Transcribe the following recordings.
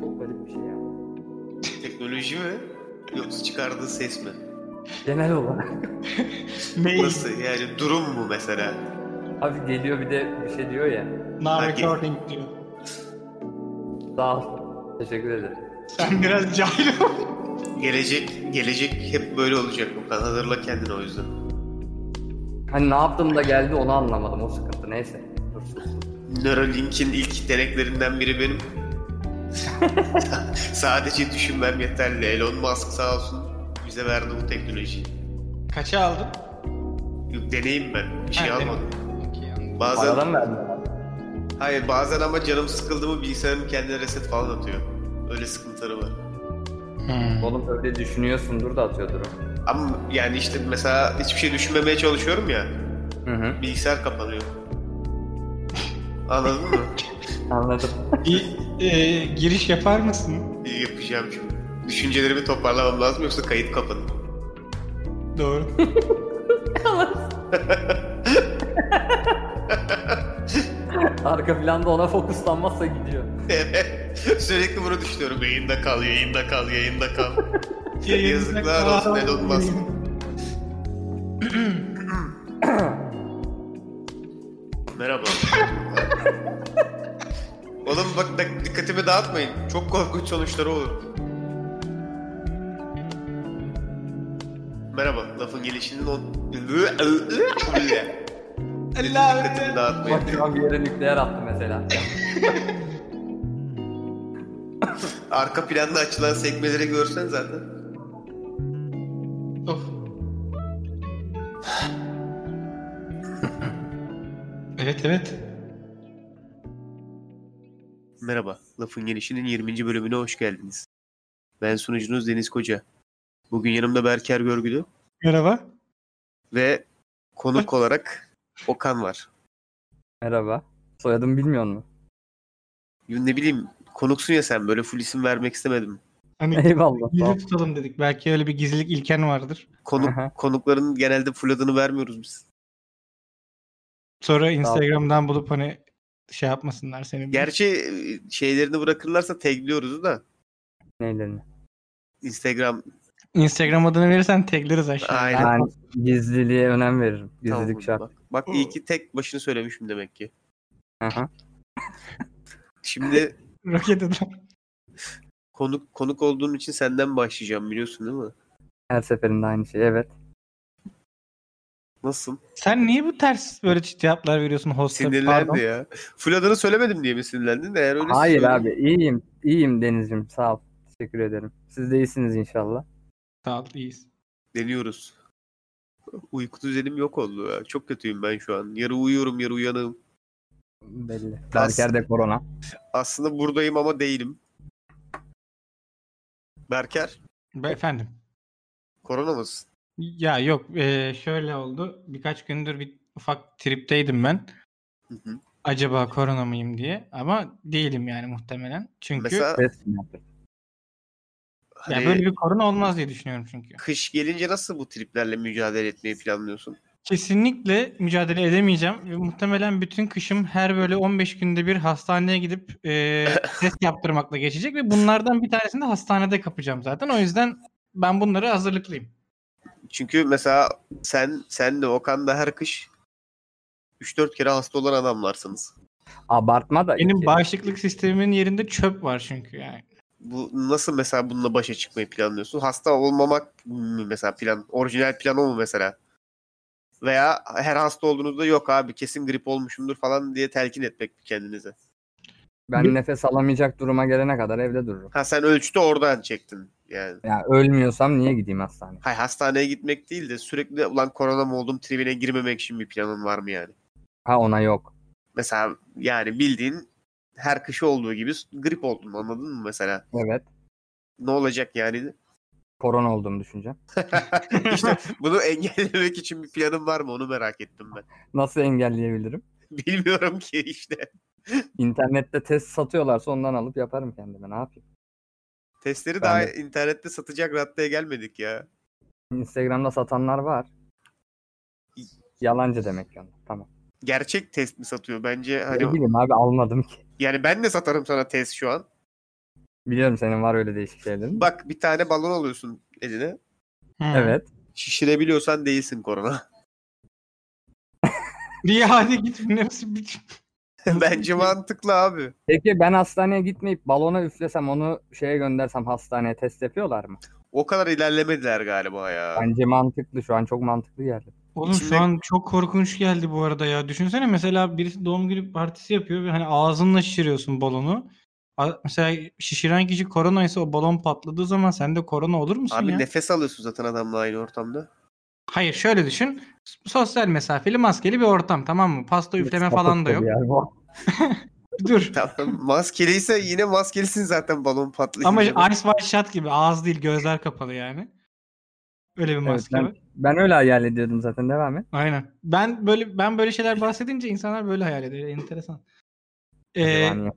Çok garip bir şey ya. Teknoloji mi? Yoksa çıkardığı ses mi? Genel olarak. Mail. Nasıl yani durum mu mesela? Abi geliyor bir de bir şey diyor ya. Now Herkes- recording diyor. Sağ ol. Teşekkür ederim. Sen biraz cahil ol. Gelecek gelecek hep böyle olacak bu kadar. Hazırla kendini o yüzden. Hani ne yaptım da geldi onu anlamadım o sıkıntı neyse. Dur sus. Neuralink'in ilk deneklerinden biri benim. Sadece düşünmem yeterli. Elon Musk sağ olsun bize verdi bu teknolojiyi. Kaça aldın? Deneyim ben. Bir şey Ha, almadım. demek. Okey, anladım. Bazen Paradan verdim. hayır bazen ama canım sıkıldı mı bilgisayarım kendine reset falan atıyor. Öyle sıkıntıları var. Hmm. Oğlum öyle düşünüyorsundur da atıyordur o. Ama yani işte mesela hiçbir şey düşünmemeye çalışıyorum ya. Hı hı. Bilgisayar kapanıyor. Anladın mı? Anladım. Bir e, giriş yapar mısın? İyi yapacağım şimdi. Düşüncelerimi toparlamam lazım yoksa kayıt kapanır. Doğru. Arka planda ona fokuslanmazsa gidiyor. Sürekli bunu düşünüyorum. Yayında kal, yayında kal, yayında kal. Yazıklar Yayında olsun kalan- Elon Musk. Merhaba. Oğlum bak dak- dikkatimi dağıtmayın. Çok korkunç sonuçları olur. Merhaba. Lafın gelişinin on... dikkatimi Allah Bak dağıtmayın. şu an bir yere nükleer attı mesela. Arka planda açılan sekmeleri görsen zaten. Of. evet evet. Merhaba, Lafın Gelişi'nin 20. bölümüne hoş geldiniz. Ben sunucunuz Deniz Koca. Bugün yanımda Berker Görgülü Merhaba. ve konuk olarak Okan var. Merhaba. Soyadımı bilmiyor musun? Ya Ne bileyim, konuksun ya sen böyle full isim vermek istemedim. Hani Eyvallah. sağ ol. gizli tutalım dedik. Belki öyle bir gizlilik ilken vardır. Aha. Konuk, konukların genelde full adını vermiyoruz biz. Sonra Instagram'dan bulup hani şey yapmasınlar seni. Gerçi e, şeylerini bırakırlarsa tagliyoruz da. Neylerini? Instagram Instagram adını verirsen tagleriz aşağıya. Aynen. Ben gizliliğe önem veririm. Gizlilik Tamam, şart. Bak, bak iyi ki tek başını söylemişim demek ki. Aha. Şimdi Roket adam. konuk konuk olduğun için senden başlayacağım biliyorsun değil mi? Her seferinde aynı şey. Evet. Nasıl? Sen niye bu ters böyle cevaplar veriyorsun hosta? Pardon. Sinirlendi ya. Full adını söylemedim diye mi sinirlendin? Eğer öyle Hayır söyle- abi iyiyim. İyiyim Deniz'cim. Sağ ol. Teşekkür ederim. Siz de iyisiniz inşallah. Sağ ol, iyiyiz. Deniyoruz. Uyku düzenim yok oldu ya. Çok kötüyüm ben şu an. Yarı uyuyorum, yarı uyanığım. Belli. As- Berker de korona. Aslında buradayım ama değilim. Berker, Be- Efendim. korona mısın? Ya yok eee, şöyle oldu. Birkaç gündür bir ufak tripteydim ben. Hı hı. Acaba korona mıyım diye. Ama değilim yani muhtemelen. Çünkü Mesela Test mi yaptın? ya hani böyle bir korona olmaz diye düşünüyorum çünkü. kış gelince nasıl bu triplerle mücadele etmeyi planlıyorsun? Kesinlikle mücadele edemeyeceğim. Ve muhtemelen bütün kışım her böyle 15 günde bir hastaneye gidip eee test yaptırmakla geçecek ve bunlardan bir tanesini de hastanede kapacağım zaten. O yüzden ben bunları hazırlıklıyım. Çünkü mesela sen sen de Okan da her kış 3-4 kere hasta olan adamlarsınız. Abartma da. Benim iki. bağışıklık sistemimin yerinde çöp var çünkü yani. Bu nasıl mesela bununla başa çıkmayı planlıyorsun? Hasta olmamak mı mesela plan? Orijinal plan o mu mesela? Veya her hasta olduğunuzda yok abi kesin grip olmuşumdur falan diye telkin etmek kendinize. Ben nefes alamayacak duruma gelene kadar evde dururum. Ha sen ölçtü oradan çektin yani. Ya ölmüyorsam niye gideyim hastaneye? Hay hastaneye gitmek değil de sürekli ulan korona mı oldum tribine girmemek için bir planın var mı yani? Ha ona yok. Mesela yani bildiğin her kış olduğu gibi grip oldun anladın mı mesela? Evet. Ne olacak yani? Korona olduğumu düşüneceğim. işte bunu engellemek için bir planın var mı onu merak ettim ben. Nasıl engelleyebilirim? Bilmiyorum ki işte. İnternette test satıyorlarsa ondan alıp yaparım kendime. Ne yapayım? Ben Testleri daha de. internette satacak raddeye gelmedik ya. Instagram'da satanlar var. Yalancı demek yani. Tamam. Gerçek test mi satıyor bence? Ne Hani bileyim abi almadım ki. yani ben de satarım sana test şu an. Biliyorum senin var öyle değişik şeylerin. Bak bir tane balon alıyorsun eline. Hı. Evet. Şişirebiliyorsan değilsin korona. Diye hadi git. Nefsi bir... Bence mantıklı abi. Peki ben hastaneye gitmeyip balona üflesem onu şeye göndersem hastaneye test yapıyorlar mı? O kadar ilerlemediler galiba ya. Bence mantıklı şu an çok mantıklı geldi. Oğlum İçinde- şu an çok korkunç geldi bu arada ya. Düşünsene mesela birisi doğum günü partisi yapıyor ve hani ağzınla şişiriyorsun balonu. A- Mesela şişiren kişi koronaysa o balon patladığı zaman sen de korona olur musun Abi ya? nefes alıyorsun zaten adamla aynı ortamda. Hayır şöyle düşün. Sosyal mesafeli maskeli bir ortam tamam mı? Pasta üfleme falan da yok. Yani bu. Dur. Tamam. Maskeliyse yine maskelisin zaten balon patlayınca. Ama Ice White Shot gibi ağız değil gözler kapalı yani. Öyle bir Evet, maske var. ben, ben öyle hayal ediyordum zaten devam et. Aynen. Ben böyle ben böyle şeyler bahsedince insanlar böyle hayal ediyor. Enteresan. Ee, Acaba niye?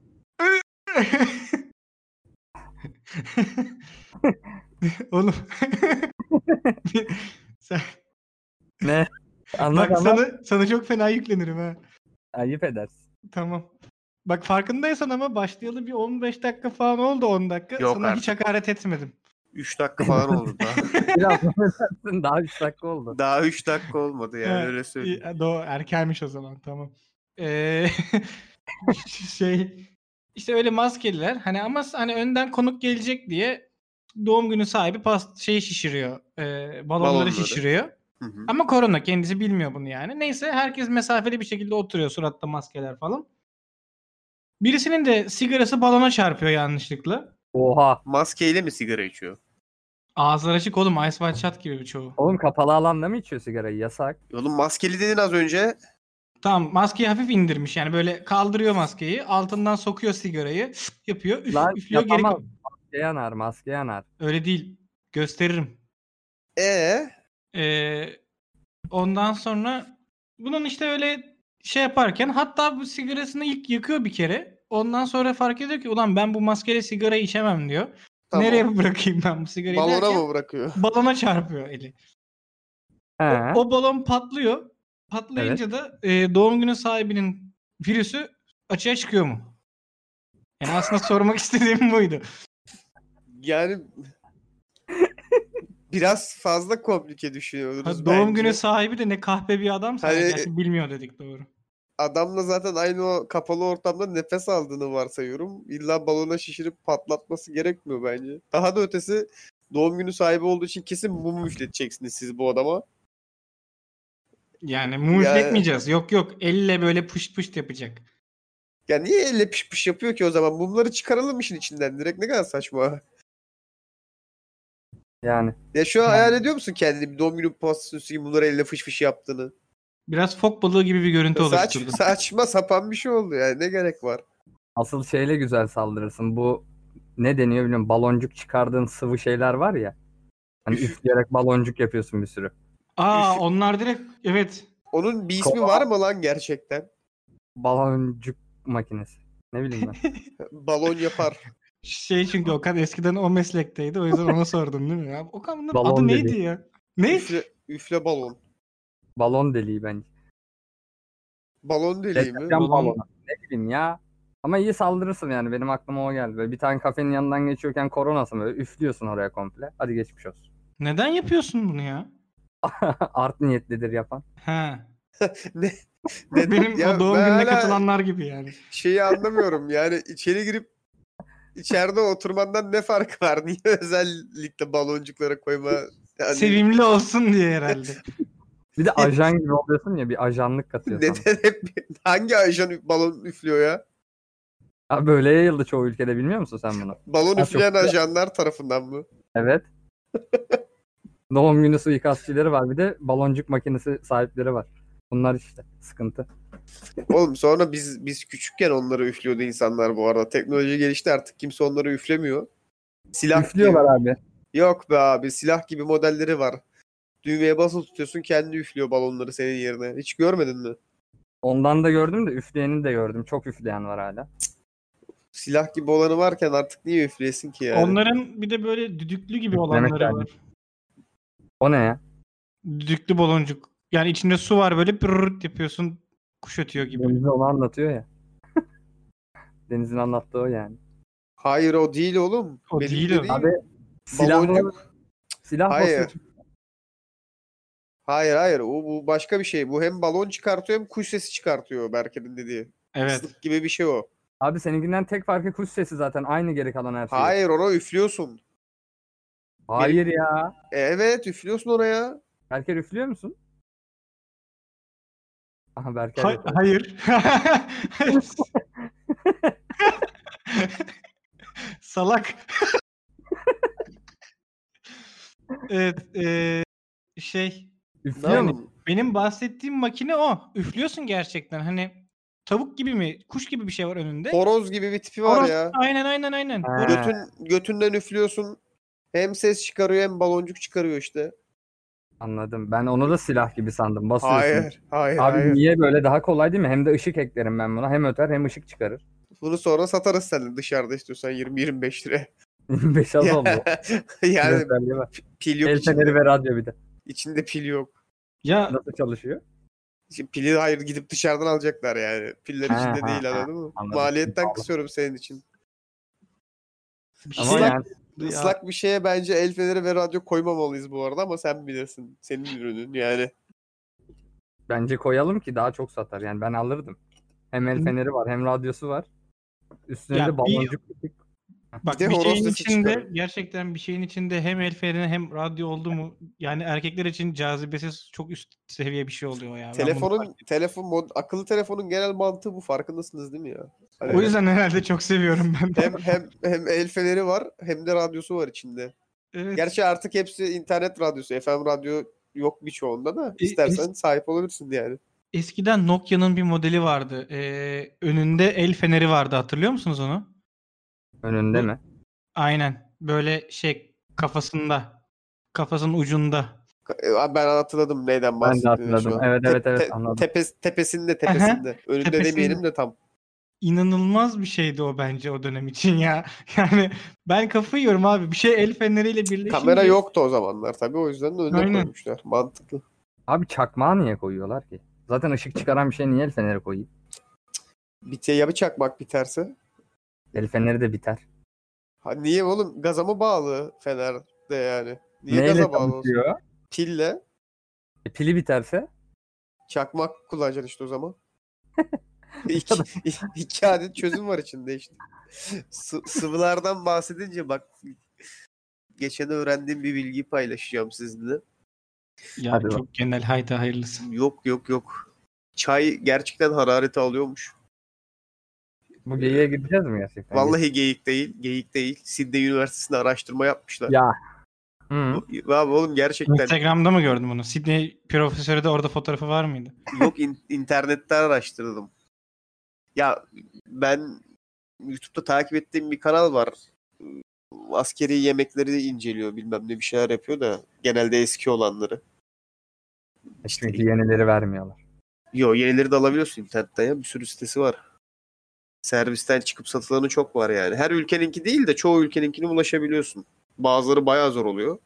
Oğlum. Sen, Ne? Anlat bak anlat. sana, sana çok fena yüklenirim ha. Ayıp edersin. Tamam. Bak farkındaysan ama başlayalı bir 15 dakika falan oldu 10 dakika. Yok sana hiç hakaret etmedim. 3 dakika falan oldu daha. Biraz daha edersin, daha 3 dakika oldu. daha 3 dakika olmadı yani Evet. öyle söyleyeyim. İyi, Doğru erkenmiş o zaman tamam. Ee, şey işte öyle maskeliler hani ama hani önden konuk gelecek diye doğum günü sahibi past şeyi şişiriyor. e, balonları, Balonları. şişiriyor. Hı hı. Ama korona kendisi bilmiyor bunu yani. Neyse herkes mesafeli bir şekilde oturuyor suratta maskeler falan. Birisinin de sigarası balona çarpıyor yanlışlıkla. Oha. Maskeyle mi sigara içiyor? Ağızları açık oğlum Ice White Shot gibi birçoğu. Oğlum kapalı alanda mı içiyor sigarayı? Yasak. Oğlum maskeli dedin az önce. Tamam maskeyi hafif indirmiş yani böyle kaldırıyor maskeyi altından sokuyor sigarayı yapıyor üf, Lan üflüyor geri yapamaz. ko- Maske yanar maske yanar. öyle değil gösteririm. Ee, Ee, ondan sonra bunun işte öyle şey yaparken hatta bu sigarasını ilk yakıyor bir kere ondan sonra fark ediyor ki ulan ben bu maskeyle sigara içemem diyor. Tamam. Nereye bırakayım ben bu sigarayı balona derken mı bırakıyor? balona çarpıyor eli. He. O balon patlıyor patlayınca da e, doğum günü sahibinin virüsü açığa çıkıyor mu? Yani aslında sormak istediğim buydu. Yani biraz fazla komplike düşünüyoruz Ha, doğum bence. günü sahibi de ne kahpe bir adamsa Hani- gerçi bilmiyor dedik doğru. Adamla zaten aynı o kapalı ortamda nefes aldığını varsayıyorum. İlla balona şişirip patlatması gerekmiyor bence. Daha da ötesi doğum günü sahibi olduğu için kesin mum üfleteceksiniz siz bu adama. Yani muz Ya- etmeyeceğiz. Yok yok elle böyle pışt pışt yapacak. Ya niye elle piş piş yapıyor ki o zaman? Mumları çıkaralım işin içinden direkt. Ne kadar saçma. Yani. Ya şu an Yani. hayal ediyor musun kendini bir doğum günü pastasının üstü gibi bunları elle fış fış yaptığını? Biraz fok balığı gibi bir görüntü Saç, oluşturdu. saçma sapan bir şey oldu yani. Ne gerek var? Asıl şeyle güzel saldırırsın. Bu ne deniyor bilmiyorum. Baloncuk çıkardığın sıvı şeyler var ya. Hani üfleyerek baloncuk yapıyorsun bir sürü. Aa Üf. onlar direkt evet. Onun bir ismi Kova- var mı lan gerçekten? Baloncuk makinesi. Ne bileyim ben. Balon yapar. Şey çünkü Okan eskiden o meslekteydi. O yüzden ona sordum değil mi? Ya, Okan bunun Balon adı dedi. neydi ya? Ne? üfle, üfle balon. Balon deliği bence. Balon deliği mi? Deterjan Balon- balonu. Ne bileyim ya. Ama iyi saldırırsın yani benim aklıma o geldi. Böyle bir tane kafenin yanından geçiyorken koronasın böyle üflüyorsun oraya komple. Hadi geçmiş olsun. Neden yapıyorsun bunu ya? Art niyetlidir yapan. Ha. Ne- Benim Ya o doğum ben gününe hala katılanlar gibi yani. Şeyi anlamıyorum yani içeri girip içeride oturmandan ne farkı var? Niye özellikle baloncuklara koyma? Yani Sevimli olsun diye herhalde. Bir de ajan gibi oluyorsun ya bir ajanlık katıyorsun. Neden hep hangi ajan üf- balon üflüyor ya? Ha, böyle yayıldı çoğu ülkede bilmiyor musun sen bunu? Balon çok üfleyen güzel. ajanlar tarafından mı? Evet. Doğum günü suikastçileri var bir de baloncuk makinesi sahipleri var. Bunlar işte sıkıntı. Oğlum sonra biz biz küçükken onları üflüyordu insanlar bu arada. Teknoloji gelişti artık kimse onları üflemiyor. Silah Üflüyorlar abi. Yok be abi silah gibi modelleri var. Düğmeye basılı tutuyorsun kendi üflüyor balonları senin yerine. Hiç görmedin mi? Ondan da gördüm de üfleyeni de gördüm. Çok üfleyen var hala. Silah gibi olanı varken artık niye üfleyesin ki yani? Onların bir de böyle düdüklü gibi Üflemek olanları lazım. var. O ne ya? Düdüklü baloncuk. Yani içinde su var böyle pırrrt yapıyorsun kuş ötüyor gibi. Deniz'e onu anlatıyor ya. Deniz'in anlattığı o yani. Hayır o değil oğlum. O Benim de değil o. Abi silahla, Baloncuk. silah Hayır. basıyor. Hayır hayır o bu başka bir şey. Bu hem balon çıkartıyor hem kuş sesi çıkartıyor Berker'in dediği. Evet. Islık gibi bir şey o. Abi seninkinden tek farkı kuş sesi zaten. Aynı geri kalan her şey. Hayır ona üflüyorsun. Hayır ya. Evet üflüyorsun ona ya. Berker üflüyor musun? Aha Berker. Hay- yapıyor. hayır. Salak. evet. eee, şey. Üflüyor mu? Tamam. Benim bahsettiğim makine o. Üflüyorsun gerçekten. Hani tavuk gibi mi? Kuş gibi bir şey var önünde. Horoz gibi bir tipi var Horoz- ya. Aynen aynen aynen. Ha. Götün, götünden üflüyorsun. Hem ses çıkarıyor hem baloncuk çıkarıyor işte. Anladım. Ben onu da silah gibi sandım. Basıyorsun. Hayır hayır Abi hayır. niye böyle daha kolay değil mi? Hem de ışık eklerim ben buna. Hem öter hem ışık çıkarır. Bunu sonra satarız seninle dışarıda istiyorsan 20-25 liraya. 5 az oldu. yani Özelliği var. pil yok El içinde. feneri ve radyo bir de. İçinde pil yok. Ya Nasıl çalışıyor? Şimdi pili hayır gidip dışarıdan alacaklar yani. Piller Ha, içinde ha, değil ha. anladın mı? Anladım. Maliyetten Pahalı. kısıyorum senin için. bir şey Ama Islak- yani Ya. Islak bir şeye bence el feneri ve radyo koymamalıyız bu arada ama sen bilirsin. Senin ürünün yani. bence koyalım ki daha çok satar. Yani ben alırdım. Hem el feneri var hem radyosu var. Üstüne Ya de bir- baloncuk. Bir... Bak Bir de bir horoz şeyin sesi içinde çıkarıyor. gerçekten bir şeyin içinde hem el freni hem radyo oldu mu yani erkekler için cazibesiz çok üst seviye bir şey oluyor ya. Ben bunu fark- Telefonun telefon mod- akıllı telefonun genel mantığı bu farkındasınız değil mi ya? Hani o yüzden herhalde çok seviyorum ben. de. hem hem hem el feneri var hem de radyosu var içinde. Evet. Gerçi artık hepsi internet radyosu, FM radyo yok birçoğunda da E, istersen sahip olabilirsin yani. Eskiden Nokia'nın bir modeli vardı. Ee, önünde el feneri vardı hatırlıyor musunuz onu? Önünde mi? Aynen. Böyle şey kafasında. Kafasının ucunda. E, Ben hatırladım neyden Ben de bahsettiğini. şu hatırladım. an. Evet evet şey. Te- evet te- anladım. tepes- tepesinde tepesinde. Önünde tepesinde. demeyelim de tam. İnanılmaz bir şeydi o bence o dönem için ya. Yani ben kafayı yiyorum abi. Bir şey el feneriyle birleşince. Kamera yoktu o zamanlar tabii o yüzden de önüne Aynen. koymuşlar. Mantıklı. Abi çakmağı niye koyuyorlar ki? Zaten ışık çıkaran bir şey niye el feneri koyayım? Bite ya bir çakmak biterse. El feneri de biter. Ha, niye oğlum? Gaza mı bağlı Fener de yani? Niye Neyle gaza bağlı olsun? çalışıyor? Pille E, pili biterse? çakmak kullanacaksın işte o zaman. iki, iki adet çözüm var içinde işte. Sı- sıvılardan bahsedince bak geçen öğrendiğim bir bilgiyi paylaşacağım sizinle. Ya Hadi çok genel haydi hayırlısı. Yok yok yok. Çay gerçekten harareti alıyormuş. Bu geyiğe gideceğiz mi gerçekten? Ee, Vallahi geyik değil, geyik değil. Sydney Üniversitesi'nde araştırma yapmışlar. Ya. Hı. Abi oğlum gerçekten Instagram'da mı gördün bunu? Sydney profesörü de orada fotoğrafı var mıydı? Yok in- internetten araştırdım. Ya ben YouTube'da takip ettiğim bir kanal var. Askeri yemekleri inceliyor bilmem ne bir şeyler yapıyor da genelde eski olanları. İşte, E Çünkü yenileri vermiyorlar. yo yenileri de alabiliyorsun internetten ya bir sürü sitesi var. Servisten çıkıp satılanı çok var yani. Her ülkeninki değil de çoğu ülkeninkine ulaşabiliyorsun. Bazıları bayağı zor oluyor.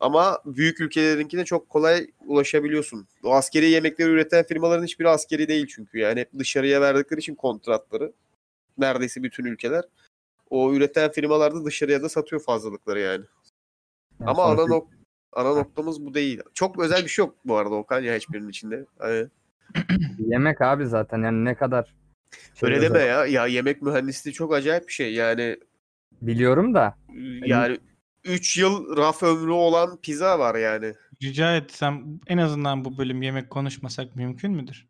Ama büyük ülkelerinkine çok kolay ulaşabiliyorsun. O askeri yemekleri üreten firmaların hiçbiri askeri değil çünkü. Yani hep dışarıya verdikleri için kontratları. Neredeyse bütün ülkeler. O üreten firmalar da dışarıya da satıyor fazlalıkları yani. Yani Ama ana, sonuçta- nok- ana noktamız bu değil. Çok özel bir şey yok bu arada Okan ya hiçbirinin içinde. Hani Yemek abi zaten yani ne kadar. şey öyle deme özel- ya. Ya yemek mühendisliği çok acayip bir şey. Yani Biliyorum da. Hani yani 3 yıl raf ömrü olan pizza var yani. Rica etsem en azından bu bölüm yemek konuşmasak mümkün müdür?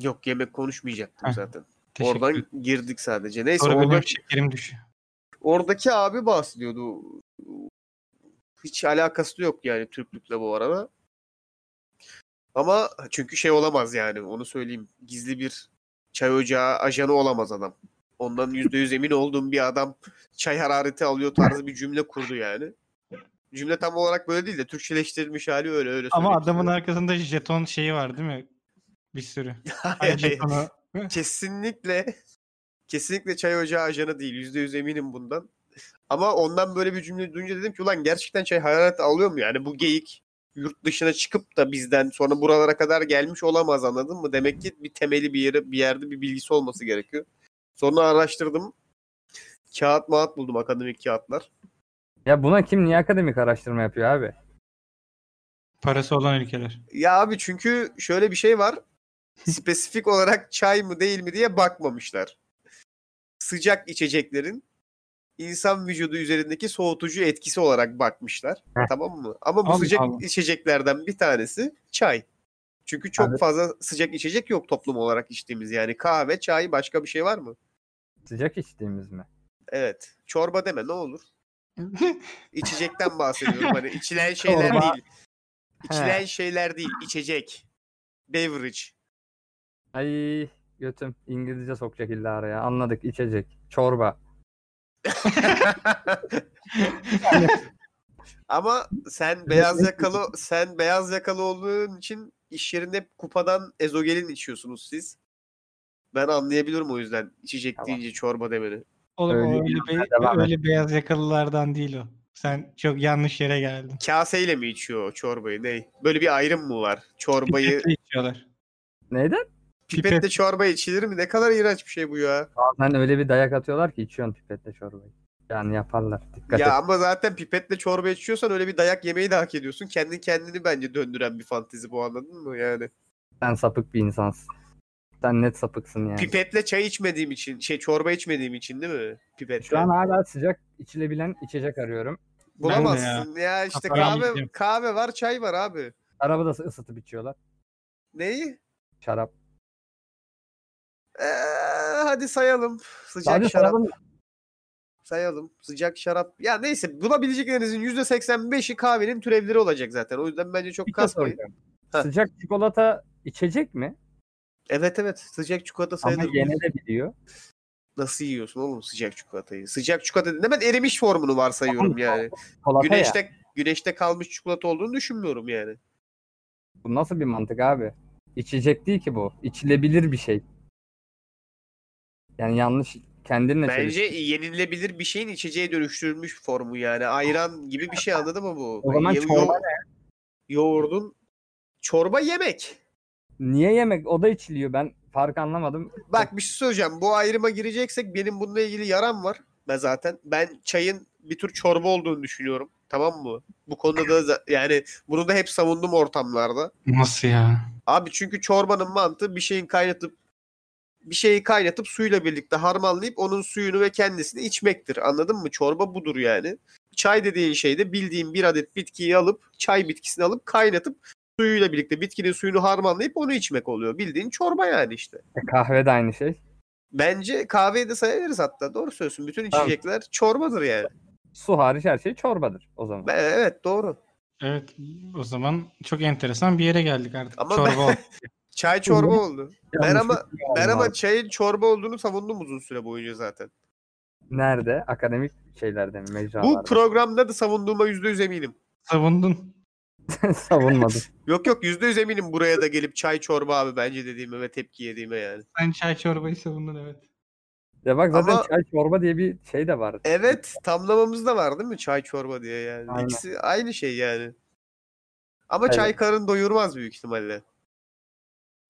Yok yemek konuşmayacaktım Heh, zaten. Teşekkür ederim. Oradan girdik sadece. Neyse Sonra benim orada, şekerim düşüyor. oradaki abi bahsediyordu. Hiç alakası yok yani Türklükle bu arada. Ama çünkü şey olamaz yani onu söyleyeyim. Gizli bir çay ocağı ajanı olamaz adam. Ondan %100 emin olduğum bir adam çay harareti alıyor tarzı bir cümle kurdu yani. Cümle tam olarak böyle değil de Türkçeleştirilmiş hali öyle öyle. Ama söyleyeyim adamın size. arkasında jeton şeyi var değil mi? Bir sürü. Ay, Hayır, hayır. jetonu. kesinlikle kesinlikle çay ocağı ajanı değil. Yüzde yüz eminim bundan. Ama ondan böyle bir cümle duyunca dedim ki ulan gerçekten çay hararet alıyor mu? Yani bu geyik yurt dışına çıkıp da bizden sonra buralara kadar gelmiş olamaz anladın mı? Demek ki bir temeli bir yere bir yerde bir bilgisi olması gerekiyor. Sonra araştırdım. Kağıt mağat buldum akademik kağıtlar. Ya buna kim niye akademik araştırma yapıyor abi? Parası olan ülkeler. Ya abi çünkü şöyle bir şey var. Spesifik olarak çay mı değil mi diye bakmamışlar. Sıcak içeceklerin insan vücudu üzerindeki soğutucu etkisi olarak bakmışlar. Heh. Tamam mı? Ama bu Abi, sıcak abi. içeceklerden bir tanesi çay. Çünkü çok Abi- fazla sıcak içecek yok toplum olarak içtiğimiz yani. Kahve, çay başka bir şey var mı? Sıcak içtiğimiz mi? Evet. Çorba deme ne olur. İçecekten bahsediyorum. Hani içilen şeyler Çorba. değil. İçilen şeyler değil. içecek. Beverage. Ay götüm İngilizce sokacak illa araya. Anladık içecek. Çorba. Ama sen beyaz yakalı sen beyaz yakalı olduğun için iş yerinde hep kupadan ezogelin içiyorsunuz siz. Ben anlayabilirim o yüzden içecek Tamam. deyince çorba demeni. Oğlum öyle, Öyle öyle, be- devam et. öyle beyaz yakalılardan değil o. Sen çok yanlış yere geldin. Kaseyle mi içiyor o çorbayı? Ne? Böyle bir ayrım mı var? Çorbayı Pipetle içiyorlar. Neyden? pipetle çorba içilir mi? Ne kadar iğrenç bir şey bu ya. Bazen öyle bir dayak atıyorlar ki içiyorsun pipetle çorbayı. Yani yaparlar. Dikkat ya et. ama zaten pipetle çorba içiyorsan öyle bir dayak yemeyi de hak ediyorsun. Kendin kendini bence döndüren bir fantezi bu anladın mı yani? Sen sapık bir insansın. Sen net sapıksın yani. Pipetle çay içmediğim için, şey çorba içmediğim için değil mi? Pipetle. Şu an hala sıcak içilebilen içecek arıyorum. Bulamazsın ya. işte Kafayı kahve yiyeceğim. kahve var çay var abi. Arabada da ısıtıp içiyorlar. Neyi? Şarap. Ee, hadi sayalım. Sıcak Sadece şarap şarabın sayalım. Sıcak şarap. Ya neyse bulabileceklerinizin %85'i kahvenin türevleri olacak zaten. O yüzden bence çok bir şey kasmayın. soracağım. Heh. Sıcak çikolata içecek mi? Evet evet sıcak çikolata Ama sayılır. yene de biliyor. Nasıl yiyorsun oğlum sıcak çikolatayı? Sıcak çikolata dedim. Ben erimiş formunu varsayıyorum Tamam, yani. Çikolata ya. Güneşte güneşte kalmış çikolata olduğunu düşünmüyorum yani. Bu nasıl bir mantık abi? İçecek değil ki bu. İçilebilir bir şey. Yani yanlış kendinle Bence çelişki. yenilebilir bir şeyin içeceğe dönüştürülmüş formu yani. Ayran gibi bir şey anladın mı bu? O zaman Yo- çorba yoğurdun çorba yemek. Niye yemek? O da içiliyor. Ben fark anlamadım. Bak bir şey söyleyeceğim. Bu ayrıma gireceksek benim bununla ilgili yaram var. Ben zaten ben çayın bir tür çorba olduğunu düşünüyorum. Tamam mı? Bu konuda da za- yani bunu da hep savundum ortamlarda. Nasıl ya? Abi çünkü çorbanın mantığı bir şeyin kaynatıp bir şeyi kaynatıp suyla birlikte harmanlayıp onun suyunu ve kendisini içmektir. Anladın mı? Çorba budur yani. Çay dediğin şey de bildiğin bir adet bitkiyi alıp çay bitkisini alıp kaynatıp suyuyla birlikte bitkinin suyunu harmanlayıp onu içmek oluyor. Bildiğin çorba yani işte. E, Kahve de aynı şey. Bence kahveyi de sayabiliriz hatta. Doğru söylüyorsun. Bütün Tamam. içecekler çorbadır yani. Su hariç her şey çorbadır o zaman. Ben- evet doğru. Evet o zaman çok enteresan bir yere geldik artık. Ama ben- Çorba ol. Çay çorba oldu. Ben Yanlış ama- bir şey aldım Ben ama abi. çayın çorba olduğunu savundum uzun süre boyunca zaten. nerede? Akademik şeylerde mi? Mecralarda. Bu mı? programda da savunduğuma %100 eminim. Savundun. Savunmadım. Yok yok yüzde yüz eminim buraya da gelip çay çorba abi bence dediğime ve tepki yediğime yani. Sen çay çorbayı savundun evet. Ya bak zaten Ama- çay çorba diye bir şey de var. Evet tamlamamız da var değil mi çay çorba diye yani. Aynen. İkisi aynı şey yani. Ama Evet. çay karın doyurmaz büyük ihtimalle.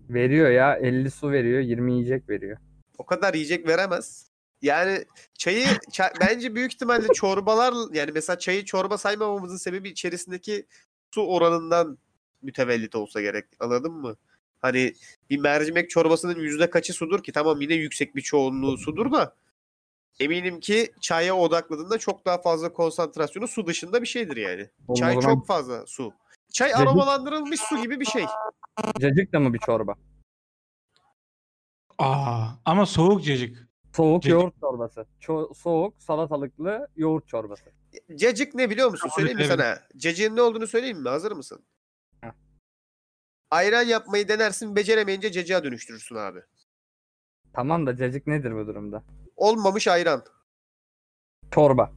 Veriyor ya 50 su veriyor 20 yiyecek veriyor. O kadar yiyecek veremez. Yani çayı ça- bence büyük ihtimalle çorbalar yani mesela çayı çorba saymamamızın sebebi içerisindeki su oranından mütevellit olsa gerek. Anladın mı? Hani bir mercimek çorbasının yüzde kaçı sudur ki? Tamam yine yüksek bir çoğunluğu sudur da eminim ki çaya odakladığında çok daha fazla konsantrasyonu su dışında bir şeydir yani. Oğlum Çay o zaman çok fazla su. Çay Cacık- aromalandırılmış su gibi bir şey. cacık da mı bir çorba? Aa ama soğuk cacık. Soğuk Cacık. yoğurt çorbası. Ço- soğuk salatalıklı yoğurt çorbası. Cacık ne biliyor musun? Tamam, Söyleyeyim mi evet. sana? Cacığın ne olduğunu söyleyeyim mi? Hazır mısın? Heh. Ayran yapmayı denersin, beceremeyince cacığa dönüştürürsün abi. Tamam da cacık nedir bu durumda? Olmamış ayran. Çorba.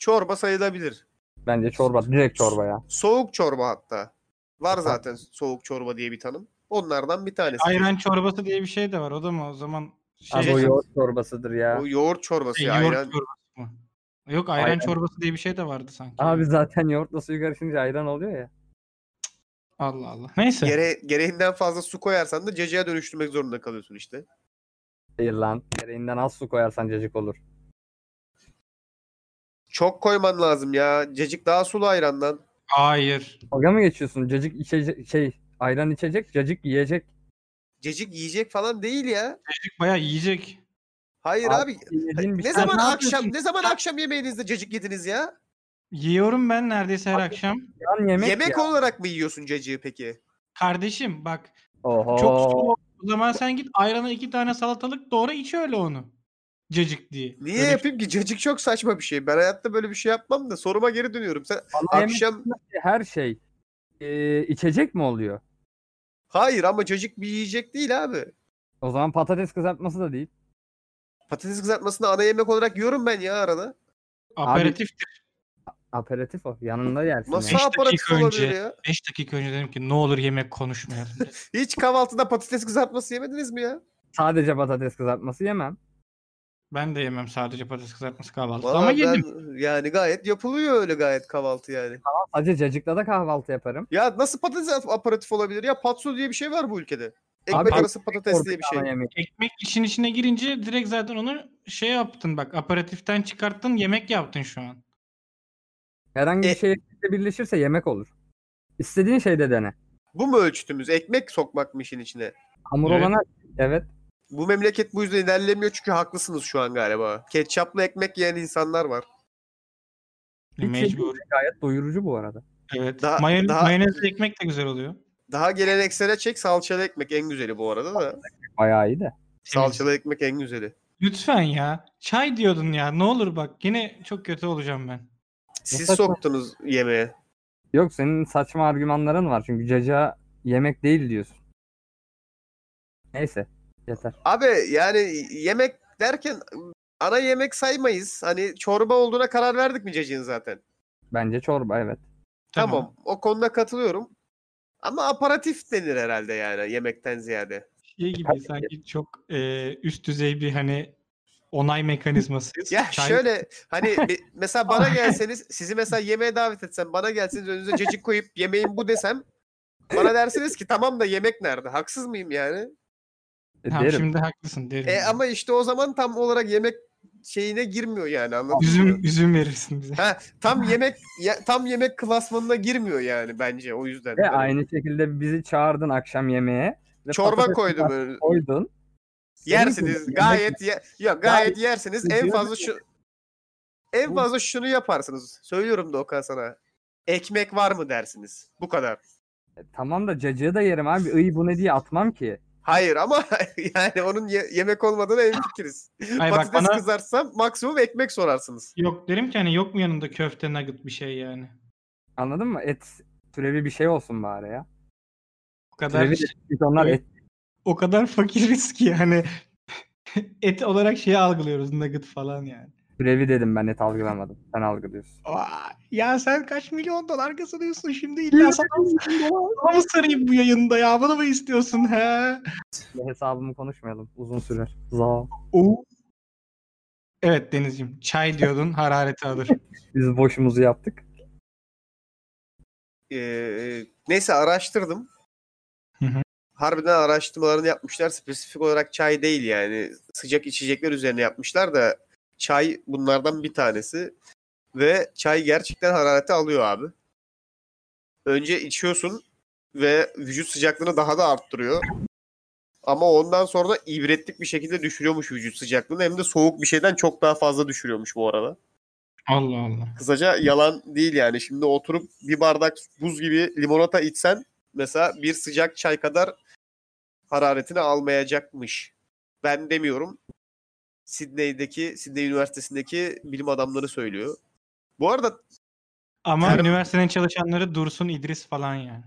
Çorba sayılabilir. Bence çorba. Direkt çorba ya. Soğuk çorba hatta. Var Aha. zaten soğuk çorba diye bir tanım. Onlardan bir tanesi. Ayran çorbası diye bir şey de var. O da mı o zaman şey Abi o yoğurt çorbasıdır ya. O yoğurt çorbası şey, ya, yoğurt ayran. çorbası mı? Yok ayran, Ayran. çorbası diye bir şey de vardı sanki. Abi zaten yoğurtla suyu karışınca ayran oluyor ya. Allah Allah. Neyse. Gere- gereğinden fazla su koyarsan da cacığa dönüştürmek zorunda kalıyorsun işte. Hayır lan. Gereğinden az su koyarsan cacık olur. Çok koyman lazım ya. Cacık daha sulu ayrandan. Hayır. Dalga mı geçiyorsun? Cacık içecek şey ayran içecek, cacık yiyecek. Cacık yiyecek falan değil ya. Çocuk bayağı yiyecek. Hayır Abi, abi. Yediğin bir Ne şey- zaman ne akşam yapıyorsun? ne zaman akşam yemeğinizde cacık yediniz ya? Yiyorum ben neredeyse her akşam. Yan yemek, Yemek ya. olarak mı yiyorsun cacığı peki? Kardeşim bak Oho. çok soğuk. O zaman sen git ayrana iki tane salatalık doğra iç öyle onu. Cacık diye. Niye Böyle yapayım ki? Cacık çok saçma bir şey. Ben hayatta böyle bir şey yapmam da soruma geri dönüyorum. Sen Ana yemek akşam her şey ee, içecek mi oluyor? hayır ama cacık bir yiyecek değil abi. O zaman patates kızartması da değil. Patates kızartmasını ana yemek olarak yiyorum ben ya arada. Aperatiftir. Aperatif o. Yanında yersin. Nasıl yani. Beş aparatif dakika olabilir önce. ya? 5 dakika önce dedim ki ne olur yemek konuşmayalım. Hiç kahvaltıda patates kızartması yemediniz mi ya? Sadece patates kızartması yemem. ben de yemem sadece patates kızartması kahvaltı. Valla Ama ben- yedim. Yani gayet yapılıyor öyle gayet kahvaltı yani. Sadece cacıkla da kahvaltı yaparım. Ya nasıl patates aparatif olabilir ya? Patso diye bir şey var bu ülkede. Ekmek Abi- arası patates diye bir Oradaki şey. ana yemek. Ekmek işin içine girince direkt zaten onu şey yaptın bak aperatiften çıkarttın yemek yaptın şu an. Herhangi E- bir şeyle birleşirse yemek olur. İstediğin şeyde dene. Bu mu ölçütümüz? Ekmek sokmak mı işin içine? Hamur Evet. olana evet. Bu memleket bu yüzden ilerlemiyor çünkü haklısınız şu an galiba. Ketçaplı ekmek yiyen insanlar var. Hiç Mecbur. yediğin Gayet doyurucu bu arada. Evet. Daha- Mayonez, daha- mayonezli ekmek de güzel oluyor. Daha geleneksele çek salçalı ekmek en güzeli bu arada da. Bayağı iyi de. Temiz. Salçalı ekmek en güzeli. Lütfen ya. Çay diyordun ya. Ne olur bak. Yine çok kötü olacağım ben. Siz saçma. soktunuz yemeğe. Yok senin saçma argümanların var. Çünkü caca yemek değil diyorsun. Neyse. Yeter. Abi yani yemek derken ana yemek saymayız. Hani çorba olduğuna karar verdik mi cacığın zaten? Bence çorba evet. Tamam. O konuda katılıyorum. Ama aparatif denir herhalde yani yemekten ziyade. Şey gibi sanki çok e, üst düzey bir hani onay mekanizmasıyız. Ya Çay- şöyle hani bir- mesela bana gelseniz sizi mesela yemeğe davet etsem bana gelseniz önünüze cacık koyup yemeğin bu desem bana dersiniz ki tamam da yemek nerede? Haksız mıyım yani? E, Tamam, derim. şimdi haklısın derim. E yani. ama işte o zaman tam olarak yemek şeyine girmiyor yani anladın mı? üzüm, üzüm verirsin bize. Ha, tam yemek ya- tam yemek klasmanına girmiyor yani bence o yüzden. Ve Böyle aynı şekilde bizi çağırdın akşam yemeğe. Ve Çorba patates koydu kızartması böyle. Koydun. Yersiniz yemek- gayet ye, ya gayet Gayet yersiniz. En yiyorum. fazla şu en Bu- fazla şunu yaparsınız. Söylüyorum da Okan sana. Ekmek var mı dersiniz. Bu kadar. E, Tamam da cacığı da yerim abi. Iy bu ne diye atmam ki. Hayır ama yani onun ye- yemek olmadığına en fikiriz. Ay bak Patates bana kızarsam maksimum ekmek sorarsınız. yok derim ki hani yok mu yanında köfte nugget bir şey yani. Anladın mı? Et türevi bir şey olsun bari ya. O kadar Türevi şey- de çünkü onlar Evet. et. o kadar fakiriz ki yani et olarak şeyi algılıyoruz nugget falan yani. Türevi dedim ben et algılamadım. Sen algılıyorsun. Aa, ya sen kaç milyon dolar kazanıyorsun şimdi illa sana, sana mı sarayım bu yayında ya bunu mu istiyorsun he? Ve hesabımı konuşmayalım. Uzun sürer. Za. Oo. Evet Deniz'ciğim çay diyordun harareti alır. Biz boşumuzu yaptık. Ee, neyse araştırdım. Hı hı. Harbiden araştırmalarını yapmışlar. Spesifik olarak çay değil yani. Sıcak içecekler üzerine yapmışlar da çay bunlardan bir tanesi. Ve çay gerçekten harareti alıyor abi. Önce içiyorsun ve vücut sıcaklığını daha da arttırıyor. Ama ondan sonra da ibretlik bir şekilde düşürüyormuş vücut sıcaklığını. Hem de soğuk bir şeyden çok daha fazla düşürüyormuş bu arada. Allah Allah. Kısaca yalan değil yani. Şimdi oturup bir bardak buz gibi limonata içsen mesela bir sıcak çay kadar hararetini almayacakmış. Ben demiyorum. Sydney'deki, Sydney Üniversitesi'ndeki bilim adamları söylüyor. Bu arada Ama Ter- üniversitenin çalışanları Dursun İdris falan yani.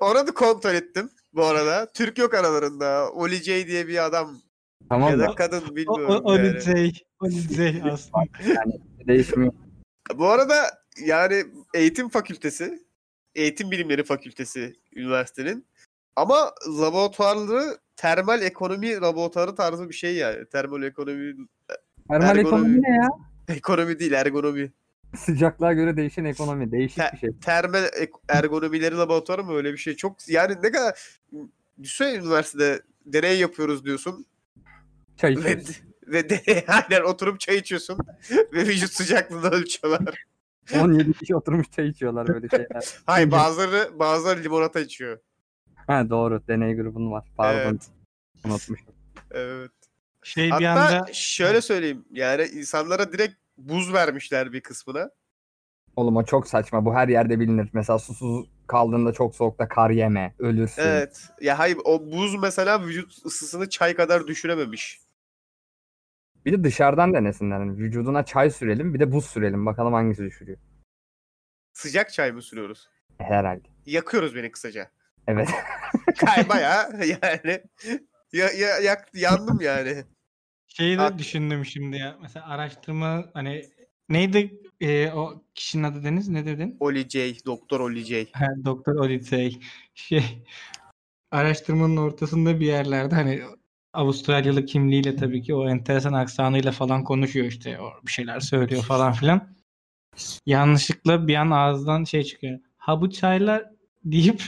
ona da kontrol ettim. Bu arada Türk yok aralarında. Oli J diye bir adam ya Tamam da da kadın O, bilmiyorum. o, o yani. Lützey, o Lützey aslında. değişmiyor. Bu arada yani eğitim fakültesi, eğitim bilimleri fakültesi üniversitenin ama laboratuvarları termal ekonomi laboratuvarı tarzı bir şey yani. Termal ekonomi, Termal Ergonomi. ekonomi ne ya? ekonomi değil ergonomi. Sıcaklığa göre değişen ekonomi. Değişik bir şey. Termal ek- ergonomileri laboratuvarı mı öyle bir şey? Çok yani ne kadar düşünsene üniversitede deney yapıyoruz diyorsun. Çay Ve, içiyoruz. ve de, aynen oturup çay içiyorsun ve vücut sıcaklığını ölçüyorlar. 17 kişi oturmuş çay içiyorlar böyle şey. şeyler. Hayır bazıları bazıları limonata içiyor. ha doğru deney grubun var. Pardon. Evet. Unutmuş. Evet. Şey bir Hatta anda şöyle söyleyeyim yani insanlara direkt buz vermişler bir kısmına. Oğlum o çok saçma. Bu her yerde bilinir. Mesela susuz kaldığında çok soğukta kar yeme. Ölürsün. Evet. Ya hayır o buz mesela vücut ısısını çay kadar düşürememiş. Bir de dışarıdan denesinler. Hani vücuduna çay sürelim bir de buz sürelim. Bakalım hangisi düşürüyor. Sıcak çay mı sürüyoruz? Herhalde. Yakıyoruz beni kısaca. Evet. Kay bayağı yani. Ya, ya, yak- yandım yani. şeyi de Haklı. düşündüm şimdi ya. Mesela araştırma hani neydi e, o kişinin adı Deniz ne dedin? Oli J, Doktor Oli J. Ha, Doktor Olitey. Şey araştırmanın ortasında bir yerlerde hani Avustralyalı kimliğiyle tabii ki o enteresan aksanıyla falan konuşuyor işte. O bir şeyler söylüyor falan filan. Yanlışlıkla bir an ağızdan şey çıkıyor. Ha bu çaylar deyip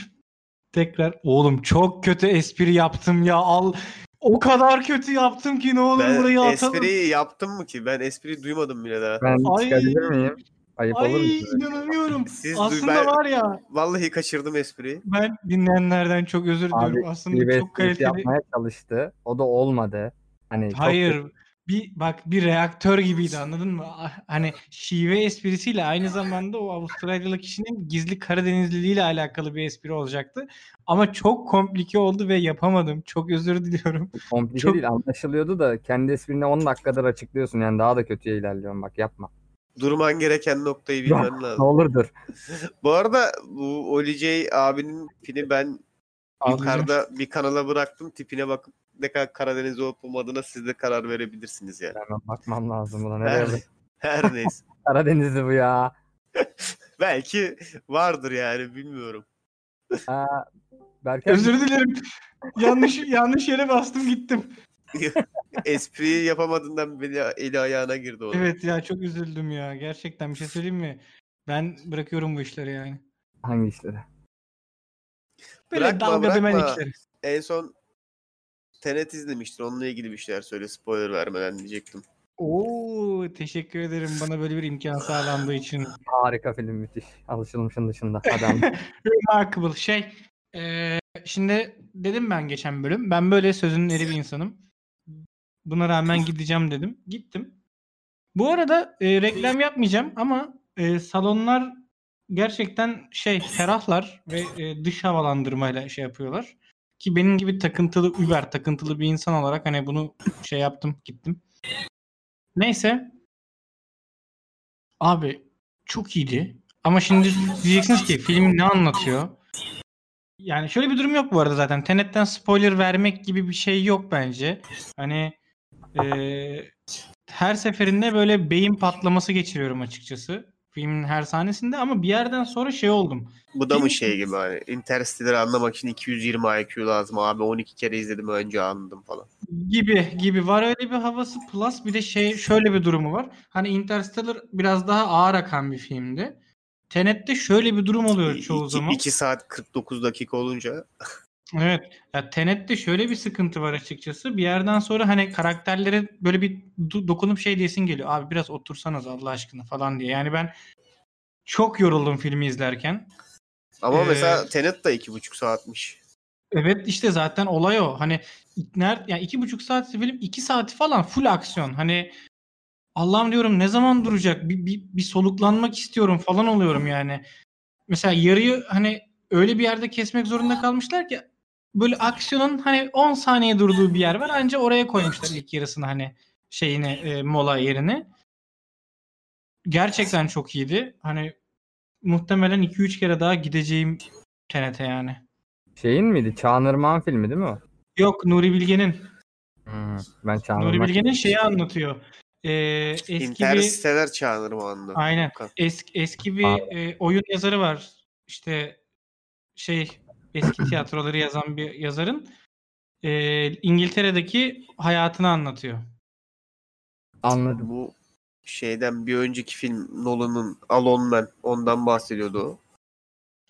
tekrar oğlum çok kötü espri yaptım ya al o kadar kötü yaptım ki ne olur burayı Ben atalım. espriyi yaptım mı ki? Ben espriyi duymadım bile daha. Ben Ay. çıkabilir miyim? Ayıp olur mu? Ay size? inanamıyorum. Siz duy- Aslında ben- var ya Vallahi kaçırdım espriyi. ben dinleyenlerden çok özür Abi, diliyorum. Bir Aslında çok vesvese kaliteli. yapmaya çalıştı. O da olmadı. Hani çok Hayır. Bir bak bir reaktör gibiydi anladın mı? Ah, Hani şive esprisiyle aynı zamanda o Avustralyalı kişinin gizli Karadenizliliğiyle alakalı bir espri olacaktı. Ama çok komplike oldu ve yapamadım. Çok özür diliyorum. komplike çok- değil anlaşılıyordu da kendi esprini 10 dakikadır açıklıyorsun yani daha da kötüye ilerliyorsun bak yapma. Durman gereken noktayı Yok, bilmen Ne lazım. olur dur. Bu arada bu Oli J abinin pini ben yukarıda bir kanala bıraktım. Tipine bakıp ne kadar Karadeniz olup olmadığına siz de karar verebilirsiniz yani. Hemen bakmam lazım buna. Nereye Her, bak- her neyse. Karadeniz'i bu ya. Belki vardır yani bilmiyorum. Ha, Berkay Özür dilerim. yanlış yanlış yere bastım gittim. Espriyi yapamadığından beni eli ayağına girdi onun. Evet ya çok üzüldüm ya. Gerçekten bir şey söyleyeyim mi? Ben bırakıyorum bu işleri yani. hangi işleri? Böyle Bırakma, dalga dümen bırakma. işleri. En son Tenet izlemiştin. Onunla ilgili bir şeyler söyle spoiler vermeden diyecektim. Oo teşekkür ederim bana böyle bir imkan sağlandığı için. Harika film müthiş. Alışılmışın dışında. Adam. Remarkable şey. eee, şimdi dedim ben geçen bölüm. Ben böyle sözünün eri bir insanım. Buna rağmen gideceğim dedim. Gittim. Bu arada e, reklam yapmayacağım ama e, salonlar gerçekten şey ferahlar ve e, dış havalandırmayla şey yapıyorlar. Ki benim gibi takıntılı Uber takıntılı bir insan olarak hani bunu şey yaptım gittim. Neyse. Abi çok iyiydi. Ama şimdi diyeceksiniz ki film ne anlatıyor? Yani şöyle bir durum yok bu arada zaten. Tenet'ten spoiler vermek gibi bir şey yok bence. Hani eee, her seferinde böyle beyin patlaması geçiriyorum açıkçası. Filmin her sahnesinde ama bir yerden sonra şey oldum. Bu da Benim- mı şey gibi hani Interstellar'ı anlamak için 220 IQ lazım abi 12 kere izledim önce anladım falan. Gibi gibi var öyle bir havası plus bir de şey şöyle bir durumu var. Hani Interstellar biraz daha ağır akan bir filmdi. Tenet'te şöyle bir durum oluyor çoğu zaman. 2 saat 49 dakika olunca Evet. Ya Tenet'te şöyle bir sıkıntı var açıkçası. Bir yerden sonra hani karakterlere böyle bir do- dokunup şey diyesin geliyor. Abi biraz otursanız Allah aşkına falan diye. Yani ben çok yoruldum filmi izlerken. ama Ee, mesela Tenet da 2,5 saatmiş. Evet işte zaten olay o. Hani ner yani iki buçuk saat film iki saati falan full aksiyon. Hani Allah'ım diyorum ne zaman duracak? Bir, bir, bir soluklanmak istiyorum falan oluyorum yani. Mesela yarıyı hani öyle bir yerde kesmek zorunda kalmışlar ki böyle aksiyonun hani 10 saniye durduğu bir yer var. Anca oraya koymuşlar ilk yarısını hani şeyini e, mola yerini. Gerçekten çok iyiydi. Hani muhtemelen 2-3 kere daha gideceğim TNT yani. Şeyin miydi? Çağınırmağın filmi değil mi o? Yok Nuri Bilge'nin. Hmm, ben Nuri Çağınırmak. Bilge'nin şeyi anlatıyor. Ee, eski bir Interstellar çağınır mı anında? aynen eski eski bir Pardon. e, oyun yazarı var. İşte şey eski tiyatroları yazan bir yazarın e, İngiltere'deki hayatını anlatıyor. Anladım. Bu şeyden bir önceki film Nolan'ın Alone Man ondan bahsediyordu o.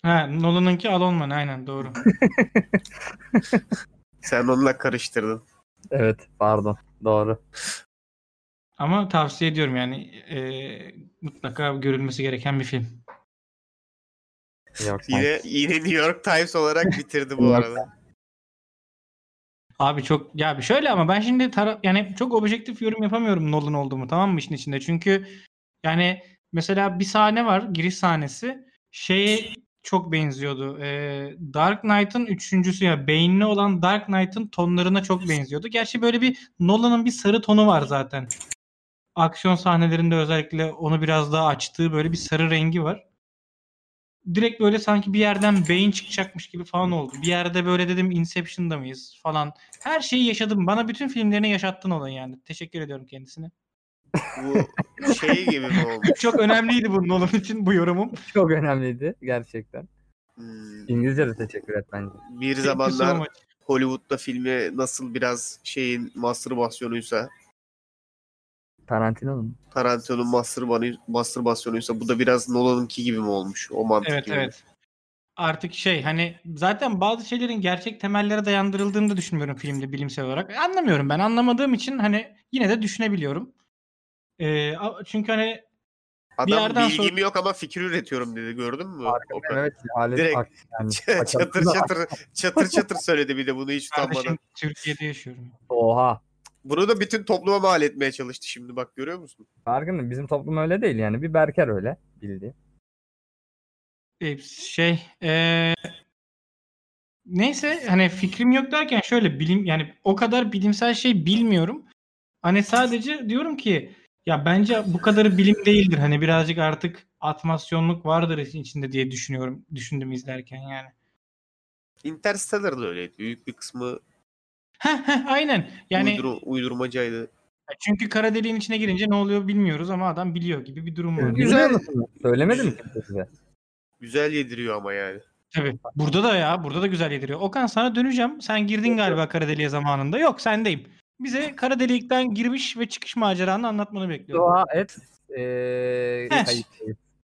Ha Nolan'ınki Alonman aynen doğru. Sen onunla karıştırdın. Evet pardon. Doğru. Ama tavsiye ediyorum yani e, mutlaka görülmesi gereken bir film. Yok, Yine, yine New York Times olarak bitirdi bu arada. Abi çok ya bir şöyle ama ben şimdi tara- yani çok objektif yorum yapamıyorum Nolan olduğumu tamam mı işin içinde. Çünkü yani mesela bir sahne var giriş sahnesi şeye çok benziyordu. Ee, Dark Knight'ın üçüncüsü ya beynli olan Dark Knight'ın tonlarına çok benziyordu. Gerçi böyle bir Nolan'ın bir sarı tonu var zaten. Aksiyon sahnelerinde özellikle onu biraz daha açtığı böyle bir sarı rengi var. Direkt böyle sanki bir yerden beyin çıkacakmış gibi falan oldu. Bir yerde böyle dedim Inception'da mıyız falan. Her şeyi yaşadım. Bana bütün filmlerini yaşattın olan yani. Teşekkür ediyorum kendisine. Bu şey gibi mi olmuş? Çok önemliydi bunun onun için bu yorumum. Çok önemliydi gerçekten. Hmm, İngilizce de teşekkür et bence. Bir Thank you so zamanlar much. Hollywood'da filmi nasıl biraz şeyin mastürbasyonuysa, Tarantino mu? Tarantino'nun mastürbanı- mastürbasyonuysa bu da biraz Nolan'ınki gibi mi olmuş? O mantık Evet gibi. evet. Artık şey hani zaten bazı şeylerin gerçek temellere dayandırıldığını da düşünmüyorum filmde bilimsel olarak. Anlamıyorum ben. Anlamadığım için hani yine de düşünebiliyorum. Ee, a- çünkü hani Bir Adam yerden bilgim sonra- yok ama fikir üretiyorum dedi. Gördün mü? O kadar. Evet, alet Direkt ak- yani. çatır çatır çatır çatır söyledi bir de bunu hiç utanmadan. kardeşim Türkiye'de yaşıyorum. Oha. Bunu da bütün topluma mal etmeye çalıştı şimdi bak görüyor musun? Farkında bizim toplum öyle değil yani. Bir Berker öyle bildi. Ee, şey ee, neyse hani fikrim yok derken şöyle bilim yani o kadar bilimsel şey bilmiyorum. Hani sadece diyorum ki ya bence bu kadarı bilim değildir. Hani birazcık artık atmasyonluk vardır işin içinde diye düşünüyorum. Düşündüm izlerken yani. Interstellar da öyleydi. Büyük bir kısmı Heh, heh, aynen. Yani uydur- uydurmacaydı. çünkü kara deliğin içine girince ne oluyor bilmiyoruz ama adam biliyor gibi bir durum var. Güzel. Biliyor musun? Söylemedim ki size. Güzel yediriyor ama yani. Tabii. Burada da ya burada da güzel yediriyor. Okan sana döneceğim. Sen girdin galiba kara deliğe zamanında. Yok sendeyim. Bize kara delikten girmiş ve çıkış maceranı anlatmanı bekliyorum. Dua et. Ee, Heh. kayıt.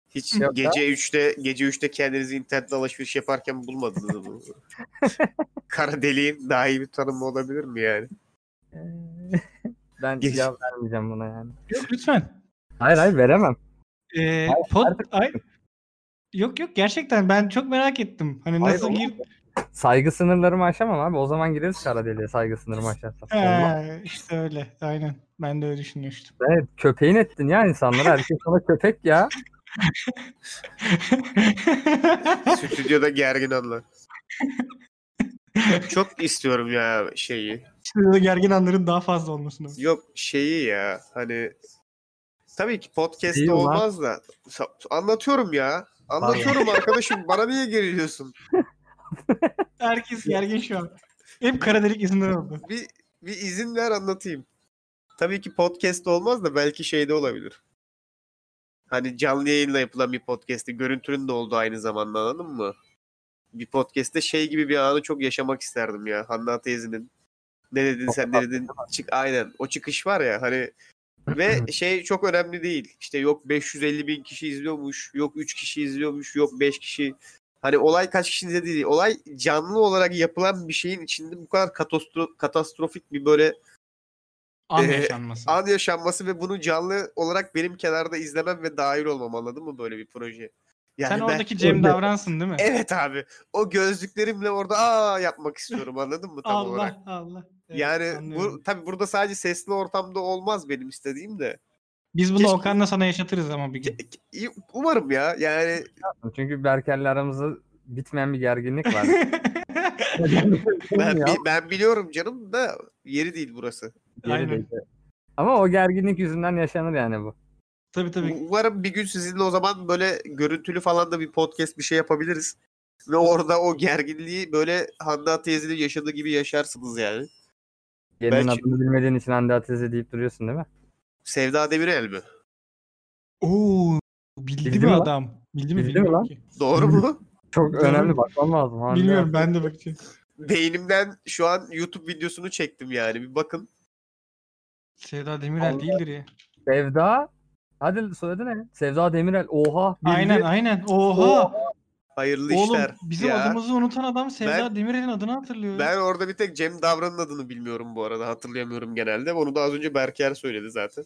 Hiç Yok ya. gece 3'te gece 3'te kendinizi internetten alışveriş yaparken bulmadınız mı? bunu? Kara deliğin daha iyi bir tanımı olabilir mi yani? Ee, ben Geç. cevap vermeyeceğim buna yani. Yok lütfen. Hayır hayır veremem. Ee, Hayır, pod... artık- Ay... Yok yok gerçekten ben çok merak ettim. Hani Hayır, nasıl olmaz gir... Saygı sınırlarımı aşamam abi. O zaman gireriz kara deliğe saygı sınırımı aşarsam. Olmaz. He, işte öyle. Aynen. Ben de öyle düşünmüştüm. Evet, köpeğin ettin ya insanları. Herkes sana köpek ya. Stüdyoda gergin anlar. Çok istiyorum ya şeyi. Şimdi de gergin anların daha fazla olmasını. Yok şeyi ya hani tabii ki podcast Değil mi lan? olmaz da Sa- anlatıyorum ya. Anlatıyorum arkadaşım bana niye geriliyorsun? Herkes gergin şu an. Hep kara delik izinden oldu. Bir bir izin ver anlatayım. Tabii ki podcast olmaz da belki şeyde olabilir. Hani canlı yayınla yapılan bir podcast'te görüntünün de olduğu aynı zamanda anladın mı? Bir podcast'te şey gibi bir anı çok yaşamak isterdim ya. Hanna teyzenin ne dedin sen ne dedin çık aynen o çıkış var ya hani ve şey çok önemli değil. İşte yok 550 bin kişi izliyormuş, yok 3 kişi izliyormuş, yok 5 kişi. Hani olay kaç kişinin izlediği değil. Olay canlı olarak yapılan bir şeyin içinde bu kadar katastro- katastrofik bir böyle An Ee, yaşanması. an yaşanması ve bunu canlı olarak benim kenarda izlemem ve dahil olmam anladın mı böyle bir proje? Yani Sen ben- oradaki Cem Davransın değil mi? Evet abi. O gözlüklerimle orada aa yapmak istiyorum anladın mı tam Allah olarak? Allah. Evet, Yani anlıyorum. bu, tabii burada sadece sesli ortamda olmaz benim istediğim de. biz bunu keşke- Okan'la sana yaşatırız ama bir gün. İyi- Umarım ya. Yani Çünkü Berker'le aramızda bitmeyen bir gerginlik var. Yani ben, ya, bi- ben biliyorum canım da yeri değil burası. geri Aynen. değil. Ama o gerginlik yüzünden yaşanır yani bu. tabii tabii. Umarım bir gün sizinle o zaman böyle görüntülü falan da bir podcast bir şey yapabiliriz. Ve orada o gerginliği böyle Handan teyzenin yaşadığı gibi yaşarsınız yani. Gelinin Belki- adını bilmediğin için Hande Ateze deyip duruyorsun değil mi? Sevda Demirel mi? Oo, bildi, Bildi mi mi lan? adam? Bildi mi? Bildi mi bilmiyorum lan? ki. Doğru mu? Çok Bilmiyorum. önemli bakmam lazım. Hande Bilmiyorum Ateze. ben de bakacağım. Beynimden şu an YouTube videosunu çektim yani. Bir bakın. Sevda Demirel Allah. değildir ya. Sevda. Hadi söyledi ne? Sevda Demirel. Oha. bildi. Aynen aynen. Oha. Hayırlı Oğlum işler. bizim ya. adımızı unutan adam Sevda Ben- Demirel'in adını hatırlıyor. Ben orada bir tek Cem Davran'ın adını bilmiyorum bu arada. Hatırlayamıyorum genelde. Onu da az önce Berker söyledi zaten.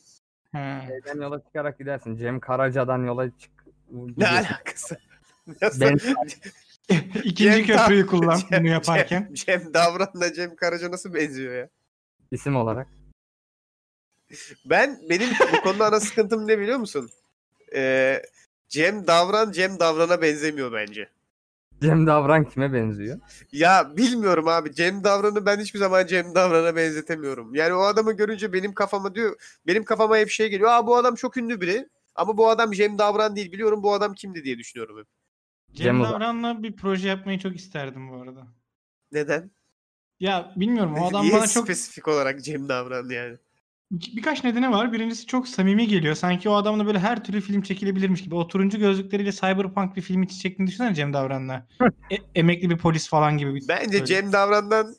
Ha. Şeyden yola çıkarak gidersin. Cem Karaca'dan yola çık. Ne gidiyorsun. alakası? Nasıl? Ben İkinci Cem köprüyü kullan Cem- bunu yaparken. Cem, Cem Davran'la Cem Karaca nasıl benziyor ya? isim olarak. Ben benim bu konuda ana sıkıntım ne biliyor musun? Ee, Cem Davran Cem Davran'a benzemiyor bence. Cem Davran kime benziyor? Ya bilmiyorum abi Cem Davran'ı ben hiçbir zaman Cem Davran'a benzetemiyorum. Yani o adamı görünce benim kafama diyor benim kafama hep şey geliyor. Aa bu adam çok ünlü biri ama bu adam Cem Davran değil biliyorum bu adam kimdi diye düşünüyorum hep. Cem Cem Uzan. Davran'la bir proje yapmayı çok isterdim bu arada. Neden? Ya bilmiyorum o adam Niye bana çok spesifik olarak Cem Davran yani? Bir- Birkaç nedeni var. Birincisi çok samimi geliyor. Sanki o adamla böyle her türlü film çekilebilirmiş gibi. O turuncu gözlükleriyle cyberpunk bir film için çektiğini düşünsene Cem Davran'la. E- emekli bir polis falan gibi. Bir Bence böyle. Cem Davran'dan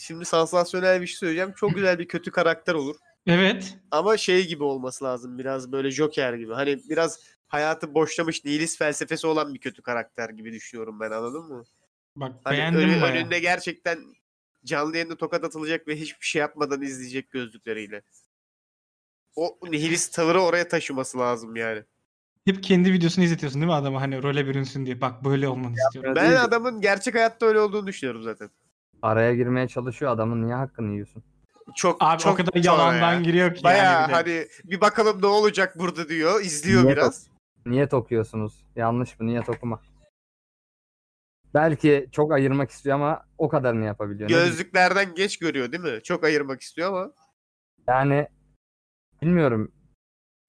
şimdi sansasyonel bir şey söyleyeceğim. Çok güzel bir kötü karakter olur. Evet. Ama şey gibi olması lazım biraz böyle Joker gibi. Hani biraz hayatı boşlamış nihilist felsefesi olan bir kötü karakter gibi düşünüyorum ben anladın mı? Bak Hani beğendim önü- bayağı. önünde gerçekten canlı yayında tokat atılacak ve hiçbir şey yapmadan izleyecek gözlükleriyle. O nihilist tavırı oraya taşıması lazım yani. Hep kendi videosunu izletiyorsun değil mi adama hani role bürünsün diye. Bak böyle olmanı istiyorum. Ben İyi. adamın gerçek hayatta öyle olduğunu düşünüyorum zaten. Araya girmeye çalışıyor adamın niye hakkını yiyorsun? Çok Abi çok o kadar çok yalandan ya. giriyor ki. Bayağı yani bir de. hani bir bakalım ne olacak burada diyor. izliyor Niyet biraz. Niyet okuyorsunuz. Yanlış mı? Niyet okuma. Belki çok ayırmak istiyor ama o kadarını yapabiliyor. Ne bileyim. Gözlüklerden geç görüyor değil mi? Çok ayırmak istiyor ama. Yani bilmiyorum.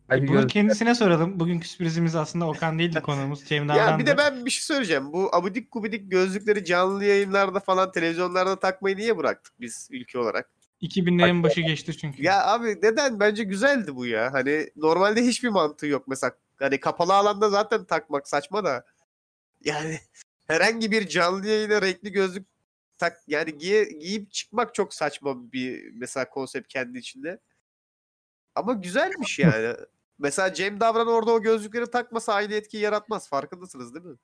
E, Belki Bunu göz- kendisine soralım. Bugünkü sürprizimiz aslında Okan değildi konuğumuz. Cem Ya bir de Davran'dı. ben bir şey söyleyeceğim. Bu abidik gubidik gözlükleri canlı yayınlarda falan televizyonlarda takmayı niye bıraktık biz ülke olarak? 2000'lerin başı geçti çünkü. Ya abi neden? Bence güzeldi bu ya. Hani normalde hiçbir mantığı yok. Mesela hani kapalı alanda zaten takmak saçma da. Yani herhangi bir canlı yayına renkli gözlük tak yani giye, giyip çıkmak çok saçma bir mesela konsept kendi içinde. Ama güzelmiş yani. mesela Cem Davran orada o gözlükleri takmasa aynı etkiyi yaratmaz. Farkındasınız değil mi?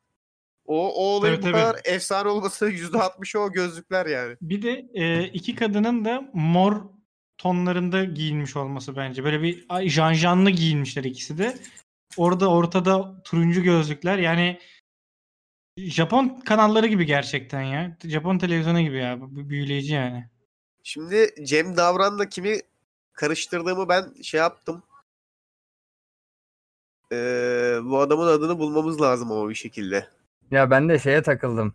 O, o olayın Tabii, bu tabii. kadar efsane olması %60'ı o gözlükler yani. Bir de e, iki kadının da mor tonlarında giyinmiş olması bence. Böyle bir ay, janjanlı giyinmişler ikisi de. Orada ortada turuncu gözlükler. Yani Japon kanalları gibi gerçekten ya. Japon televizyonu gibi ya. Bu- bu Büyüleyici yani. Şimdi Cem Davran'la kimi karıştırdığımı ben şey yaptım. Ee, bu adamın adını bulmamız lazım ama bir şekilde. Ya ben de şeye takıldım.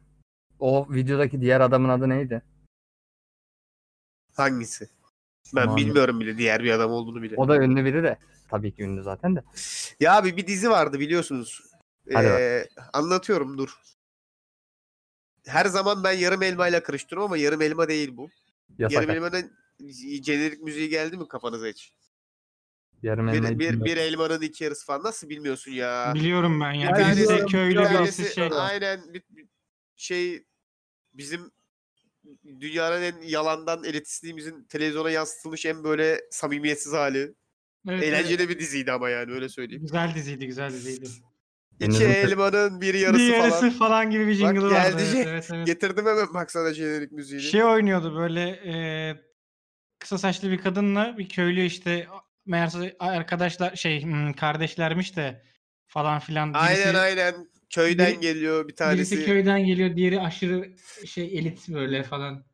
O videodaki diğer adamın adı neydi? Hangisi? Ben Aman. bilmiyorum bile diğer bir adam olduğunu bile. O da ünlü biri de. Tabii ki ünlü zaten de. Ya abi bir dizi vardı biliyorsunuz. Hadi bak. Ee, anlatıyorum dur. Her zaman ben yarım elmayla karıştırıyorum ama yarım elma değil bu. Yasak. Yarım elmanın jenerik müziği geldi mi kafanıza hiç? Yarım elmayı Bir, bir, bilmiyorum. bir elmanın iki yarısı falan nasıl bilmiyorsun ya? Biliyorum ben ya. Bir Birisi tanesi- köylü bir birisi tanesi- şey. Aynen bir, bir şey bizim dünyanın en yalandan elitistliğimizin televizyona yansıtılmış en böyle samimiyetsiz hali. Evet, Eğlenceli bir diziydi ama yani öyle evet. söyleyeyim. Güzel diziydi güzel diziydi. İki Denizin- elmanın bir yarısı, bir yarısı falan. falan. gibi bir jingle vardı. geldi Evet, şey- evet, evet. Getirdim hemen baksana jenerik müziğini. Şey oynuyordu böyle e, kısa saçlı bir kadınla bir köylü işte meğerse arkadaşlar şey hmm, kardeşlermiş de falan filan. Birisi, aynen aynen. Köyden Biri- geliyor bir birisi tanesi. köyden geliyor diğeri aşırı şey elit böyle falan.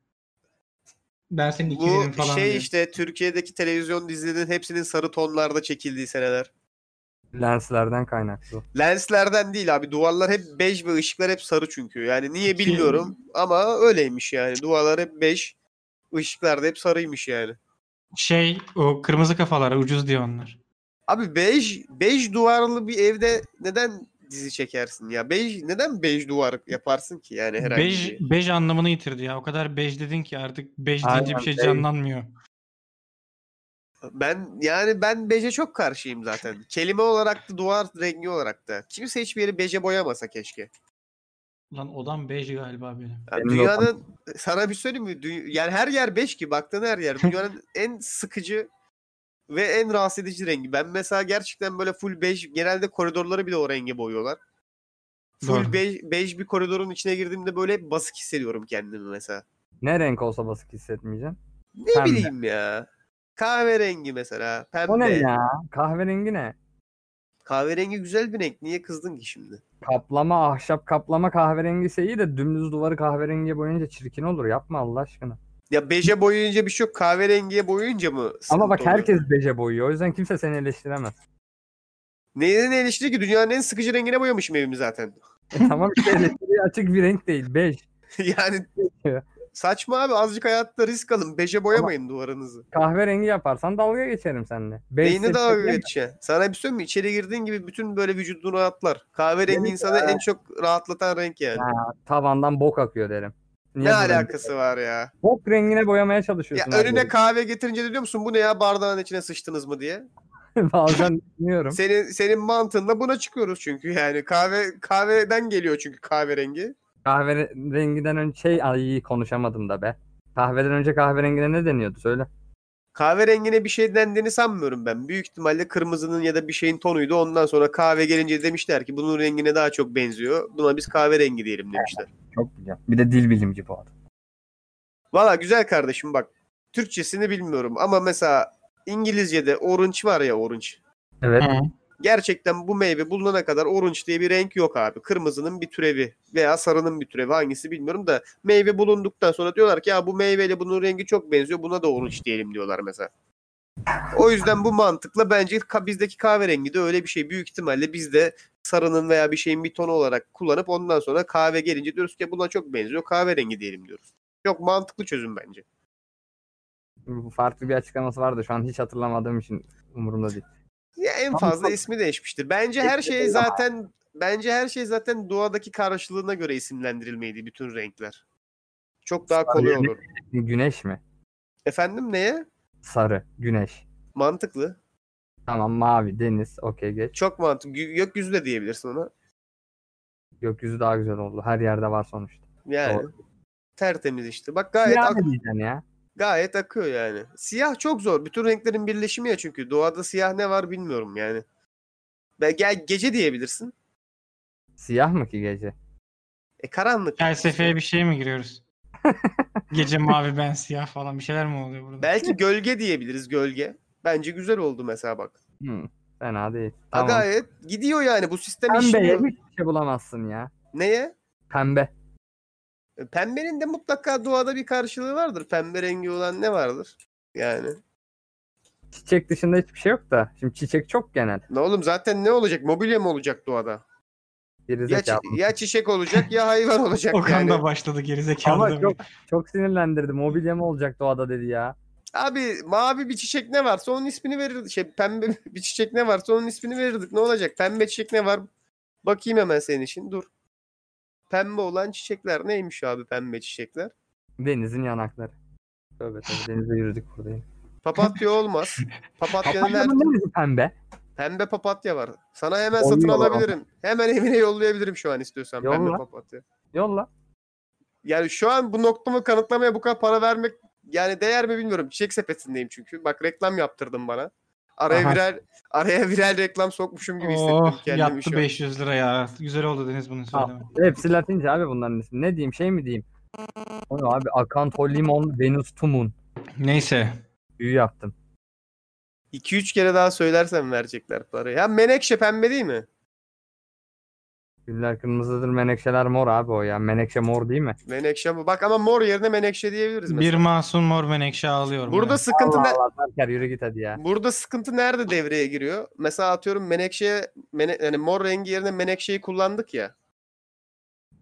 Ben senin Bu ikizinin falan şey diyor. işte Türkiye'deki televizyon dizilerinin hepsinin sarı tonlarda çekildiği seneler. Lenslerden kaynaklı. Lenslerden değil abi. Duvarlar hep bej ve ışıklar hep sarı çünkü. Yani niye Ki- bilmiyorum ama öyleymiş yani. Duvarlar hep bej, ışıklar da hep sarıymış yani. Şey o kırmızı kafalar ucuz diyor onlar. Abi bej, bej duvarlı bir evde neden dizi çekersin ya? Bej neden bej duvar yaparsın ki yani herhangi Bej, bir- bej anlamını yitirdi ya. O kadar bej dedin ki artık bej Aynen, deyince bir şey bej. canlanmıyor. Ben yani ben beje çok karşıyım zaten. Kelime olarak da duvar rengi olarak da. Kimse hiçbir yeri beje boyamasa keşke. Lan odam bej galiba benim. Yani Benim de dünyanın sana bir şey söyleyeyim mi? Dü- yani her yer beş ki baktığın her yer. Dünyanın en sıkıcı ve en rahatsız edici rengi. Ben mesela gerçekten böyle full bej genelde koridorları bile o renge boyuyorlar. Full Doğru. bej, bej bir koridorun içine girdiğimde böyle hep basık hissediyorum kendimi mesela. Ne renk olsa basık hissetmeyeceğim. Ne Pembe. bileyim ya. Kahverengi mesela. Pembe. O ne ya? Kahverengi ne? Kahverengi güzel bir renk. Niye kızdın ki şimdi? Kaplama, ahşap kaplama kahverengi ise iyi de dümdüz duvarı kahverengiye boyayınca çirkin olur. Yapma Allah aşkına. Ya beje boyayınca bir şey yok. Kahverengiye boyayınca mı Ama sıkıntı bak oluyor? herkes beje boyuyor. O yüzden kimse seni eleştiremez. Neyine ne eleştiri ki? Dünyanın en sıkıcı rengine boyamışım evimi zaten. E tamam işte elektriği açık bir renk değil. Bej. yani saçma abi. Azıcık hayatta risk alın. Beje boyamayın duvarınızı. Kahverengi yaparsan dalga geçerim seninle. Bej Beyni daha seçsek- geçe. Sana bir şey söyleyeyim mi? İçeri girdiğin gibi bütün böyle vücudunu rahatlar. Kahverengi Evet insana en çok rahatlatan renk yani. Tavandan bok akıyor derim. Niye ne bu renk? alakası var ya? Bok rengine boyamaya Ya çalışıyorsun. her önüne yeri. kahve getirince de diyor musun bu ne ya bardağın içine sıçtınız mı diye. Bazen dinliyorum. Senin senin mantığınla buna çıkıyoruz çünkü yani kahve kahveden geliyor çünkü kahverengi. Kahverengiden önce şey ay konuşamadım da be. Kahveden önce kahverengine ne deniyordu söyle. Kahverengine bir şey dendiğini sanmıyorum ben. Büyük ihtimalle kırmızının ya da bir şeyin tonuydu. Ondan sonra kahve gelince demişler ki bunun rengine daha çok benziyor. Buna biz kahverengi diyelim demişler. Çok biliyorum. Bir de dil bilimci bu adam. Valla güzel kardeşim bak. Türkçesini bilmiyorum ama mesela İngilizce'de orange var ya orange. Evet. Hı. Gerçekten bu meyve bulunana kadar orange diye bir renk yok abi. Kırmızının bir türevi veya sarının bir türevi hangisi bilmiyorum da meyve bulunduktan sonra diyorlar ki ya bu meyveyle bunun rengi çok benziyor buna da orange diyelim diyorlar mesela. O yüzden bu mantıkla bence ka- bizdeki kahverengi de öyle bir şey. Büyük ihtimalle biz de sarının veya bir şeyin bir tonu olarak kullanıp ondan sonra kahve gelince diyoruz ki buna çok benziyor kahverengi diyelim diyoruz. Çok mantıklı çözüm bence. Farklı bir açıklaması vardı. Şu an hiç hatırlamadığım için umurumda değil. Ya en Ama fazla çok- ismi değişmiştir. Bence her şey zaten bence her şey zaten doğadaki karşılığına göre isimlendirilmeydi bütün renkler. Çok daha kolay Sarı olur. Güneş mi? Efendim neye? Sarı. Güneş. Mantıklı. Tamam mavi. Deniz. Okey geç. Çok mantıklı. Gö- Gökyüzü de diyebilirsin ona. Gökyüzü daha güzel oldu. Her yerde var sonuçta. Yani Doğru. tertemiz işte. Bak gayet Ya ak- ne diyeceksin ya? gayet akıyor yani. Siyah çok zor. Bütün renklerin birleşimi ya çünkü. Doğada siyah ne var bilmiyorum yani. Be- gel gece diyebilirsin. Siyah mı ki gece? E karanlık. Felsefeye bir şey mi giriyoruz? Gece mavi ben siyah falan bir şeyler mi oluyor burada? Belki gölge diyebiliriz gölge. Bence güzel oldu mesela bak. Hmm, fena değil. Ha Tamam. Gayet gidiyor yani bu sistem Pembeye işliyor. hiçbir şey bulamazsın ya. Neye? Pembe. E, Pembenin de mutlaka doğada bir karşılığı vardır. Pembe rengi olan ne vardır? Yani. Çiçek dışında hiçbir şey yok da. Şimdi çiçek çok genel. Ne oğlum zaten ne olacak? Mobilya mı olacak doğada? Geri Ya, çi- ya çiçek olacak ya hayvan olacak Okan yani. da başladı gerizekalı. Ama da. çok, çok sinirlendirdi. Mobilya mı olacak doğada dedi ya. Abi mavi bir çiçek ne varsa onun ismini verirdik. Şey pembe bir çiçek ne varsa onun ismini verirdik. Ne olacak? Pembe çiçek ne var? Bakayım hemen senin için. Dur. Pembe olan çiçekler neymiş abi pembe çiçekler? Denizin yanakları. Tövbe tövbe denize yürüdük burada yine. Papatya olmaz. Papatyanın her Papatyanın neresi pembe? Pembe papatya var. Sana hemen Yolla satın bana. alabilirim. Hemen evine yollayabilirim şu an istiyorsan pembe Yolla. papatya. Yolla. Yani şu an bu noktamı kanıtlamaya bu kadar para vermek yani değer mi bilmiyorum. Çiçek sepetindeyim çünkü. Bak reklam yaptırdım bana. Araya Aha. viral araya viral reklam sokmuşum gibi hissettim Oh kendimi yaptı şu an. 500 lira ya. Güzel oldu Deniz bunu Tamam. söyleme. Hepsi latince abi bunların ismi. Ne diyeyim şey mi diyeyim? Onu abi Akanto Limon Venus Tumun. Neyse. Büyü yaptım. 2-3 kere daha söylersen verecekler parayı. Ya menekşe pembe değil mi? Güller kırmızıdır menekşeler mor abi o ya. Menekşe mor değil mi? Menekşe bu. Bak ama mor yerine menekşe diyebiliriz Bir mesela. masum mor menekşe ağlıyorum. Burada ya. sıkıntı ne? Allah Allah Berker yürü git hadi ya. Burada sıkıntı nerede devreye giriyor? Mesela atıyorum menekşe mene- yani mor rengi yerine menekşeyi kullandık ya.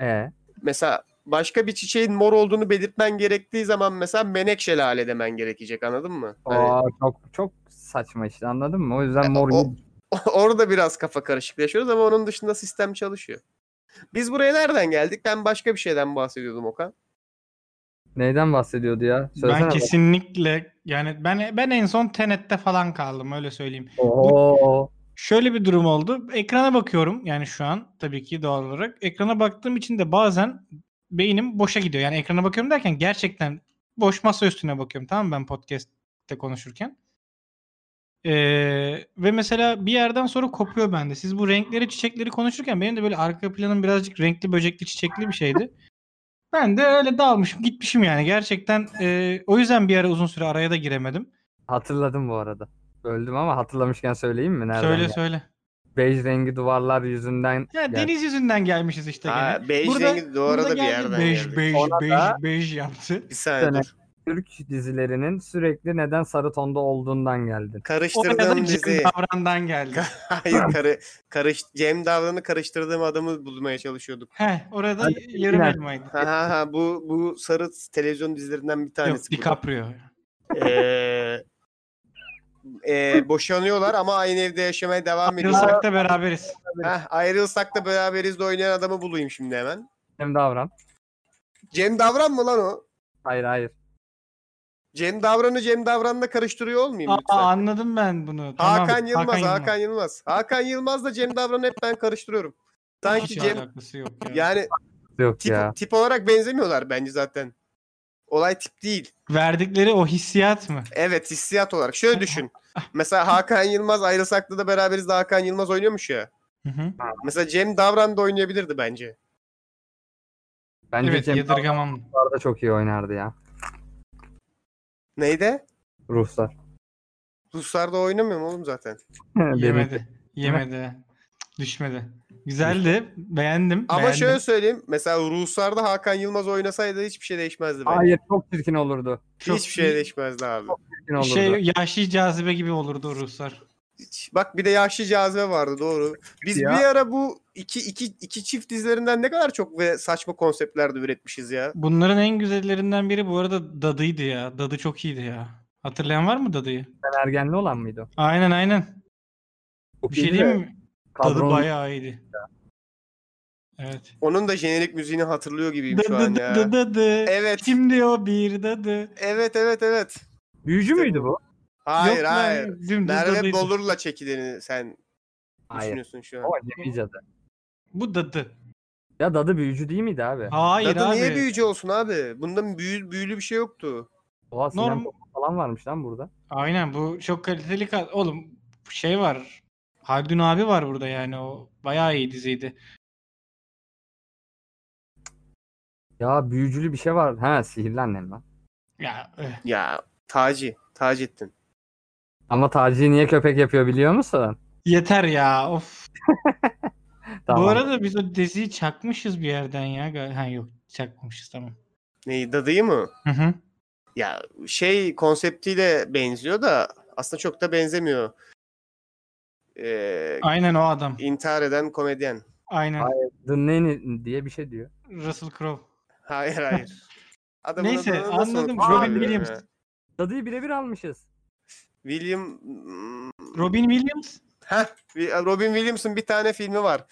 Ee, mesela başka bir çiçeğin mor olduğunu belirtmen gerektiği zaman mesela menekşe lale demen gerekecek anladın mı? Hani aa, çok çok saçma işte anladın mı? O yüzden mor E, o- gibi orada biraz kafa karışıklaşıyoruz ama onun dışında sistem çalışıyor. Biz buraya nereden geldik? Ben başka bir şeyden bahsediyordum Okan. Neyden bahsediyordu ya? Söylesene. ben bak. kesinlikle yani ben ben en son Tenet'te falan kaldım öyle söyleyeyim. Oo. Şöyle bir durum oldu. Ekrana bakıyorum yani şu an tabii ki doğal olarak. Ekrana baktığım için de bazen beynim boşa gidiyor. Yani ekrana bakıyorum derken gerçekten boş masa üstüne bakıyorum tamam mı ben podcast'te konuşurken. Ee, ve mesela bir yerden sonra kopuyor bende. Siz bu renkleri çiçekleri konuşurken benim de böyle arka planım birazcık renkli böcekli çiçekli bir şeydi. Ben de öyle dalmışım gitmişim yani gerçekten. e, o yüzden bir ara uzun süre araya da giremedim. Hatırladım bu arada. Öldüm ama hatırlamışken söyleyeyim mi? Nereden söyle geldi? söyle. Bej rengi duvarlar yüzünden Ya Gel. deniz yüzünden gelmişiz işte gene. Ha, bej Burada- rengi de orada Burada bir geldi, yerden bej, geldi. Bej, Sonra bej, da- bej yaptı. Bir saniye Dönem. dur. Türk dizilerinin sürekli neden sarı tonda olduğundan geldin. Orada Karıştırdığım da Cem dizi. Davran'dan geldi. Hayır karı, karış, Cem Davran'ı karıştırdığım adamı bulmaya çalışıyorduk. Heh, orada Hadi, yarım yine- elmaydı. Ha ha ha bu, bu sarı televizyon dizilerinden bir Yok tanesi. bu da. DiCaprio. Ee, e, boşanıyorlar ama aynı evde yaşamaya devam ediyorlar. Ayrılsak da beraberiz. Heh, ayrılsak da beraberiz de oynayan adamı bulayım şimdi hemen. Cem Davran. Cem Davran mı lan o? Hayır hayır. Cem Davran'ı Cem Davran'la karıştırıyor olmayayım Aa, lütfen. anladım ben bunu. Tamam, Hakan Yılmaz, Hakan Yılmaz. Hakan Yılmaz. da Cem Davran'ı hep ben karıştırıyorum. Sanki Hiç Cem alakası yok ya. yani Yok tip, ya. tip olarak benzemiyorlar bence zaten. Olay tip değil. Verdikleri o hissiyat mı? Evet hissiyat olarak. Şöyle düşün. Mesela Hakan Yılmaz ayrılsak da beraberiz de Hakan Yılmaz oynuyormuş ya. Hı hı. Mesela Cem Davran da oynayabilirdi bence. Bence Evet Cem Davran yadırgamam. da çok iyi oynardı ya. Neydi? Ruhsar. Ruslar'da oynamıyorum oğlum zaten. Benim Yemedi. Yemedi. Düşmedi. Güzeldi. Beğendim. Ama beğendim. şöyle söyleyeyim. Mesela Ruslar'da Hakan Yılmaz oynasaydı hiçbir şey değişmezdi bence. Hayır çok çirkin olurdu. çok hiçbir şey değişmezdi abi. Çirkin olurdu. Şey yaşlı cazibe gibi olurdu o Ruslar. Hiç- Bak bir de yaşlı cazibe vardı doğru. Biz Ya. bir ara bu iki, iki, iki çift dizilerinden ne kadar çok ve saçma konseptler de üretmişiz ya. Bunların en güzellerinden biri bu arada Dadı'ydı ya. Dadı çok iyiydi ya. Hatırlayan var mı Dadı'yı? Ben ergenli olan mıydı? o? Aynen aynen. Çok Bir şey iyiydi diyeyim de mi? Dadı kadronun- bayağı iyiydi. Evet. Onun da jenerik müziğini hatırlıyor gibiyim şu an Dadı ya. dadı dadı. Evet. Şimdi o bir dadı. Evet evet evet. Büyücü İşte müydü bu? Hayır Yok lan, hayır. dümdüz Merve dadıydı. Bolur'la çekileni sen Hayır. düşünüyorsun şu an. Ama Cem cadı. Bu dadı. Ya dadı büyücü değil miydi abi? Hayır Dadı abi. niye büyücü olsun abi? Bunda büyü, büyülü bir şey yoktu. Oha Sinem Norm- Baba falan varmış lan burada. Aynen bu çok kaliteli kad- oğlum şey var. Haldun abi var burada yani o bayağı iyi diziydi. Ya büyücülü bir şey var. Ha sihirli annem lan. Ya eh, Ya Taci. Taceddin. Ama Taci'yi niye köpek yapıyor biliyor musun? yeter ya of. Tamam. Bu arada biz o diziyi çakmışız bir yerden ya. gal- Ha yok çakmamışız tamam. Neyi dadıyı mı? Hı hı. Ya şey konseptiyle benziyor da aslında çok da benzemiyor. Ee, Aynen o adam. intihar eden komedyen. Aynen Ay- The Nanny diye bir şey diyor. Russell Crowe. Hayır hayır. Adamın Neyse, adını nasıl anladım. unuttum Robin abi ben Williams. ya? Dadıyı birebir almışız. William hmm, Robin Williams? Wi- e, Robin Williams'ın bir tane filmi var.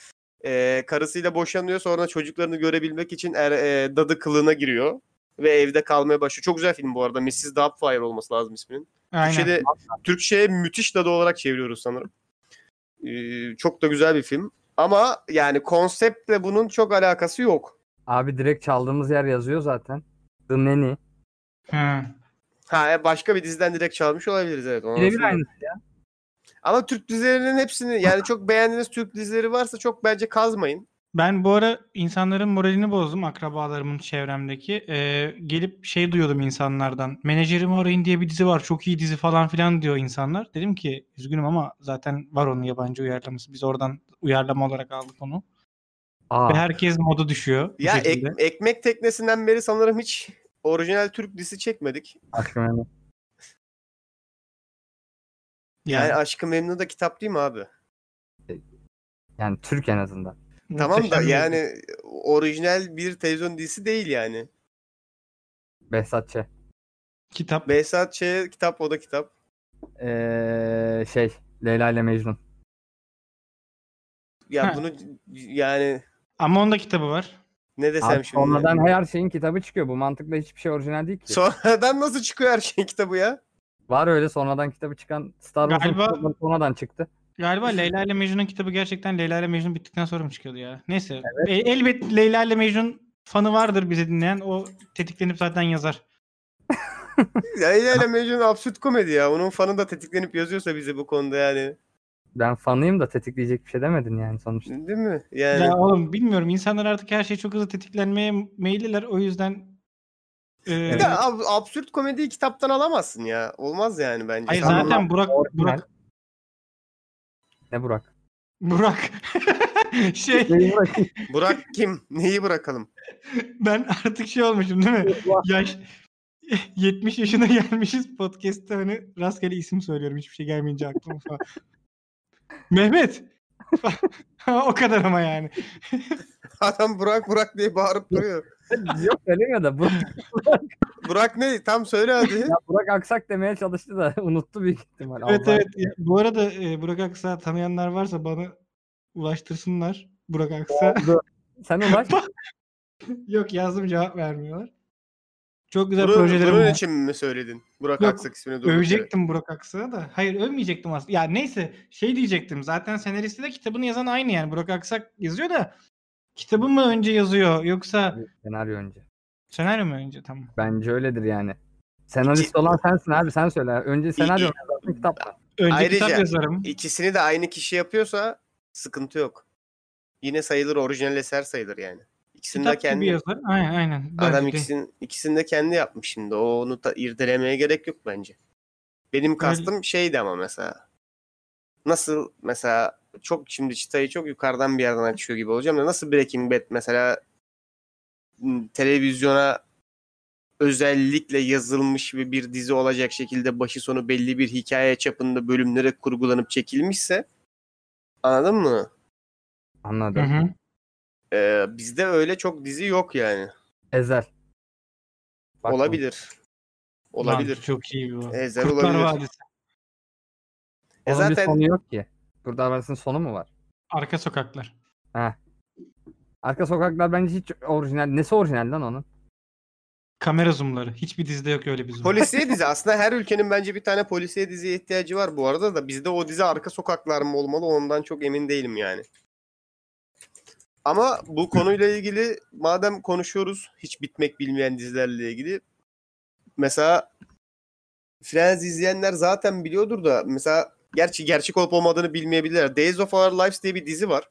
Ee, karısıyla boşanıyor sonra çocuklarını görebilmek için er, e, dadı kılığına giriyor ve evde kalmaya başlıyor. Çok güzel film bu arada. Mrs. Doubtfire olması lazım isminin. Aynen. Türkçe'de Türkçe'ye müthiş dadı olarak çeviriyoruz sanırım. Ee, çok da güzel bir film. Ama yani konseptle bunun çok alakası yok. Abi direkt çaldığımız yer yazıyor zaten. The Nanny. Hı. Ha e, başka bir diziden direkt çalmış olabiliriz evet. ona Birebir nasıl- aynısı ya. Ama Türk dizilerinin hepsini yani çok beğendiğiniz Türk dizileri varsa çok bence kazmayın. Ben bu ara insanların moralini bozdum akrabalarımın çevremdeki. Ee, gelip şey duyuyordum insanlardan. Menajerimi arayın diye bir dizi var. Çok iyi dizi falan filan diyor insanlar. Dedim ki üzgünüm ama zaten var onun yabancı uyarlaması. Biz oradan uyarlama olarak aldık onu. Aa, Ve herkes moda düşüyor. bu Ya ek- şekilde. ekmek teknesinden beri sanırım hiç orijinal Türk dizisi çekmedik. aşkım yani. Yani Yani Aşkı Memnu da kitap değil mi abi? yani Türk en azından. Tamam da muhteşem bir- yani orijinal bir televizyon dizisi değil yani. Behzatçı. kitap Behzat Ç. kitap o da kitap. Ee, şey Leyla ile Mecnun. Ya Ha. bunu yani ne ama onda kitabı var. desem Abi, şimdi? sonradan her şeyin kitabı çıkıyor. Bu mantıkla hiçbir şey orijinal değil ki. Sonradan nasıl çıkıyor her şeyin kitabı ya? Var öyle sonradan kitabı çıkan Star Wars'un Galiba- kitapları sonradan çıktı. Galiba Leyla ile Mecnun'un kitabı gerçekten Leyla ile Mecnun bittikten sonra mı çıkıyordu ya? Neyse. E, elbet Leyla ile Mecnun fanı vardır bizi dinleyen. O tetiklenip zaten yazar. Leyla ile Mecnun absürt komedi ya. Onun fanı da tetiklenip yazıyorsa bizi bu konuda yani. Ben fanıyım da tetikleyecek bir şey demedin yani sonuçta. Değil mi? Yani Ya oğlum bilmiyorum. İnsanlar artık her şey çok hızlı tetiklenmeye meyilliler. O yüzden Ee, Bir de ab- absürt komediyi kitaptan alamazsın ya. Olmaz yani bence. hayır Sen zaten Burak Orijinal. Burak Ne Burak? Burak şey Neyi Burak? bunu- Burak kim? Neyi bırakalım? ben artık şey olmuşum değil mi? Yaş 70 yaşına gelmişiz podcast'te hani rastgele isim söylüyorum hiçbir şey gelmeyince aklıma falan. Mehmet. o kadar ama yani. Adam Burak Burak diye bağırıp duruyor. Yok söylemiyor da Burak, Burak ne? Tam söyle hadi. ya Burak Aksak demeye çalıştı da unuttu büyük ihtimal. Evet Allah- evet. Bu arada e, Burak Aksa tanıyanlar varsa bana ulaştırsınlar. Burak Aksa. Oldu. Sen ulaş. Yok yazdım cevap vermiyorlar. Çok güzel Bunu, projelerim bunun var. için mi söyledin? Burak Yok, Aksak ismini durduk. Övecektim Burak Aksa'ya da. Hayır övmeyecektim aslında. Ya neyse şey diyecektim. Zaten senaristi de kitabını yazan aynı yani. Burak Aksak yazıyor da kitabı mı önce yazıyor yoksa Senaryo önce. senaryo mu önce tamam. Bence öyledir yani. Senarist olan sensin abi sen söyle. Önce senaryo mu yazarsın kitap mı? Önce Ayrıca- kitap yazarım. İkisini de aynı kişi yapıyorsa sıkıntı yok. Yine sayılır orijinal eser sayılır yani. İkisini de Kitap kendi gibi yazar. Aynen aynen. adam Bence de. ikisini, ikisini de kendi yapmış şimdi. O onu da irdelemeye gerek yok bence. Benim kastım şeydi ama mesela. Nasıl mesela çok şimdi çıtayı çok yukarıdan bir yerden açıyor gibi olacağım da nasıl Breaking Bad mesela m, televizyona özellikle yazılmış ve bir dizi olacak şekilde başı sonu belli bir hikaye çapında bölümlere kurgulanıp çekilmişse anladın mı? Hı Anladım. hı. Ee, bizde öyle çok dizi yok yani. Ezel. Bak bu- Olabilir. Olabilir. Lan, çok iyi bu. Ezer Kurtlar Ee, olabilir. Vadisi. E Onun bir zaten- sonu yok ki. Kurtlar Vadisi'nin sonu mu var? Arka sokaklar. Arka sokaklar bence hiç orijinal. Nesi orijinal lan onun? Kamera zoomları. Hiçbir dizide yok öyle bir zoom. Polisiye dizi. Aslında her ülkenin bence bir tane polisiye diziye ihtiyacı var bu arada da bizde o dizi arka sokaklar mı olmalı ondan çok emin değilim yani. Ama bu konuyla ilgili madem konuşuyoruz hiç bitmek bilmeyen dizilerle ilgili mesela Friends izleyenler zaten biliyordur da mesela gerçi gerçek olup olmadığını bilmeyebilirler. Days of Our Lives diye bir dizi var.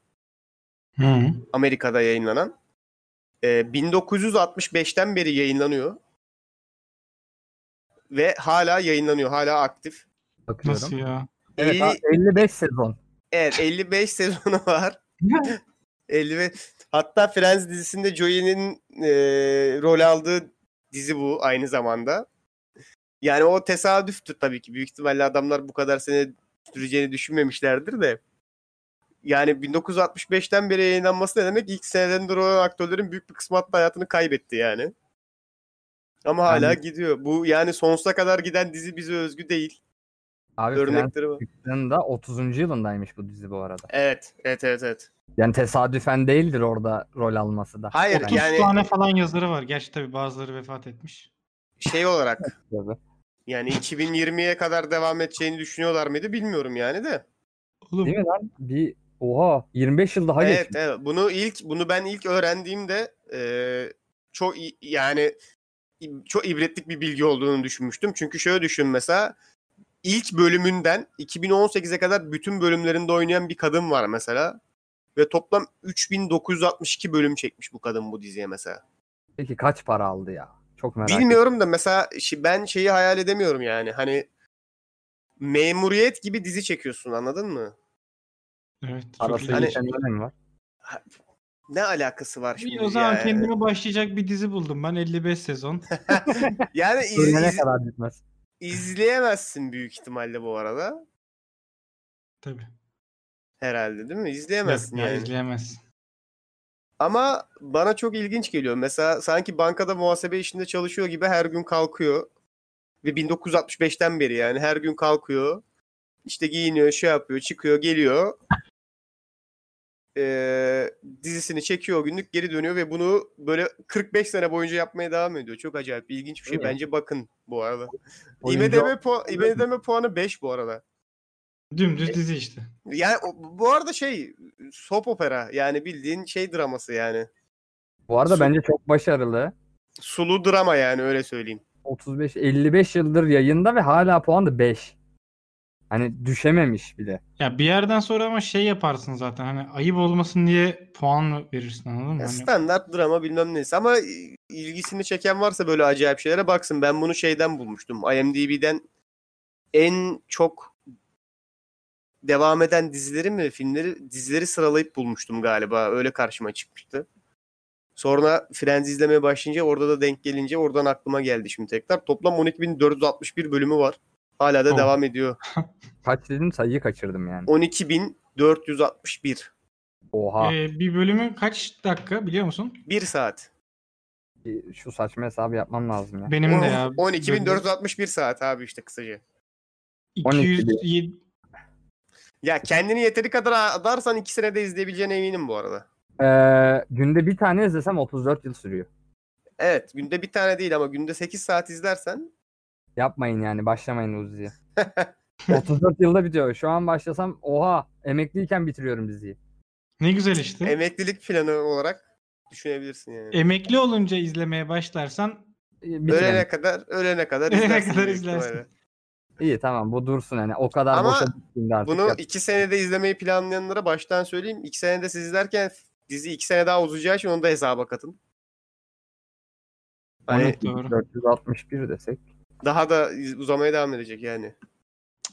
Hı. Amerika'da yayınlanan. Ee, 1965'ten beri yayınlanıyor. Ve hala yayınlanıyor. Hala aktif. Bakıyorum. Nasıl ya? Evet, Elli- ha, 55 sezon. evet 55 sezonu var. 50 ve hatta Friends dizisinde Joey'nin e, rol aldığı dizi bu aynı zamanda. Yani o tesadüftür tabii ki. Büyük ihtimalle adamlar bu kadar sene süreceğini düşünmemişlerdir de. Yani 1965'ten beri yayınlanması ne demek? İlk seneden rol alan aktörlerin büyük bir kısmı hatta hayatını kaybetti yani. Ama hala Yani- gidiyor. Bu yani sonsuza kadar giden dizi bize özgü değil. Abi Friends'in Örnekleri var. da 30. yılındaymış bu dizi bu arada. Evet, evet, evet, evet. Yani tesadüfen değildir orada rol alması da. Hayır, 30 Bence yani- tane falan yazarı var. Gerçi tabii bazıları vefat etmiş. Şey olarak tabii. Yani 2020'ye kadar devam edeceğini düşünüyorlar mıydı bilmiyorum yani de. Oğlum Değil mi lan? Bir oha 25 yıl daha Evet, geçmiş. evet. Bunu ilk bunu ben ilk öğrendiğimde e, çok i- yani i- çok ibretlik bir bilgi olduğunu düşünmüştüm. Çünkü şöyle düşün mesela ilk bölümünden 2018'e kadar bütün bölümlerinde oynayan bir kadın var mesela ve toplam 3962 bölüm çekmiş bu kadın bu diziye mesela. Peki kaç para aldı ya? Çok merak ettim. Bilmiyorum da mesela şi- ben şeyi hayal edemiyorum yani. Hani memuriyet gibi dizi çekiyorsun anladın mı? Evet. Çok Parası ilginç. Hani- geçen dönem var. Ne alakası var İyi, şimdi? o zaman yani? kendime başlayacak bir dizi buldum ben 55 sezon. Yani iz- Ölene iz- kadar bitmez. izleyemezsin büyük ihtimalle bu arada. Tabii. Herhalde değil mi? Yok, İzleyemezsin ya, yani. izleyemezsin. Ama bana çok ilginç geliyor. Mesela sanki bankada muhasebe işinde çalışıyor gibi her gün kalkıyor. Ve 1965'ten beri yani her gün kalkıyor. İşte giyiniyor, şey yapıyor, çıkıyor, geliyor. Ee, dizisini çekiyor o günlük geri dönüyor ve bunu böyle 45 sene boyunca yapmaya devam ediyor. Çok acayip ilginç bir şey. Değil mi? Bence bakın bu arada. Oyuncu- IMDb, puan, IMDb puanı 5 bu arada. Dümdüz dizi işte. Yani o- bu arada şey soap opera yani bildiğin şey draması yani. Bu arada bence çok başarılı. Sulu drama yani öyle söyleyeyim. 35 55 yıldır yayında ve hala puan da 5. Hani düşememiş bile. Ya bir yerden sonra ama şey yaparsın zaten hani ayıp olmasın diye puan verirsin anladın mı? Ya Hani standart drama bilmem neyse ama ilgisini çeken varsa böyle acayip şeylere baksın. Ben bunu şeyden bulmuştum. IMDb'den en çok devam eden dizileri mi filmleri dizileri sıralayıp bulmuştum galiba. Öyle karşıma çıkmıştı. Sonra Friends izlemeye başlayınca orada da denk gelince oradan aklıma geldi şimdi tekrar. Toplam 12.461 bölümü var. Hala da Oh. devam ediyor. Kaç dedim sayıyı kaçırdım yani. 12.461. Oha. Ee, bir bölümü kaç dakika biliyor musun? 1 saat. Bir- Şu saçma hesabı yapmam lazım ya. Benim de ya. 12.461 saat abi işte kısaca. 12 diyor. 207 Ya kendini yeteri kadar adarsan 2 senede izleyebileceğine eminim bu arada. Ee, günde bir tane izlesem 34 yıl sürüyor. Evet günde bir tane değil ama günde 8 saat izlersen Yapmayın yani başlamayın Uzi'ye. 34 yılda bitiyor. Şu an başlasam oha emekliyken bitiriyorum diziyi. ne güzel işte. emeklilik planı olarak düşünebilirsin yani. Emekli olunca izlemeye başlarsan Ee, bitirelim. ölene kadar ölene kadar Ölene izlersin. kadar büyük izlersin. ihtimalle. İyi tamam bu dursun hani o kadar Ama boşa düştüğünde artık. Bunu yap- 2 senede izlemeyi planlayanlara baştan söyleyeyim. 2 senede siz izlerken dizi 2 sene daha uzayacağı için onu da hesaba katın. Hani Onu- Hani Doğru. 461 desek. daha da iz- uzamaya devam edecek yani.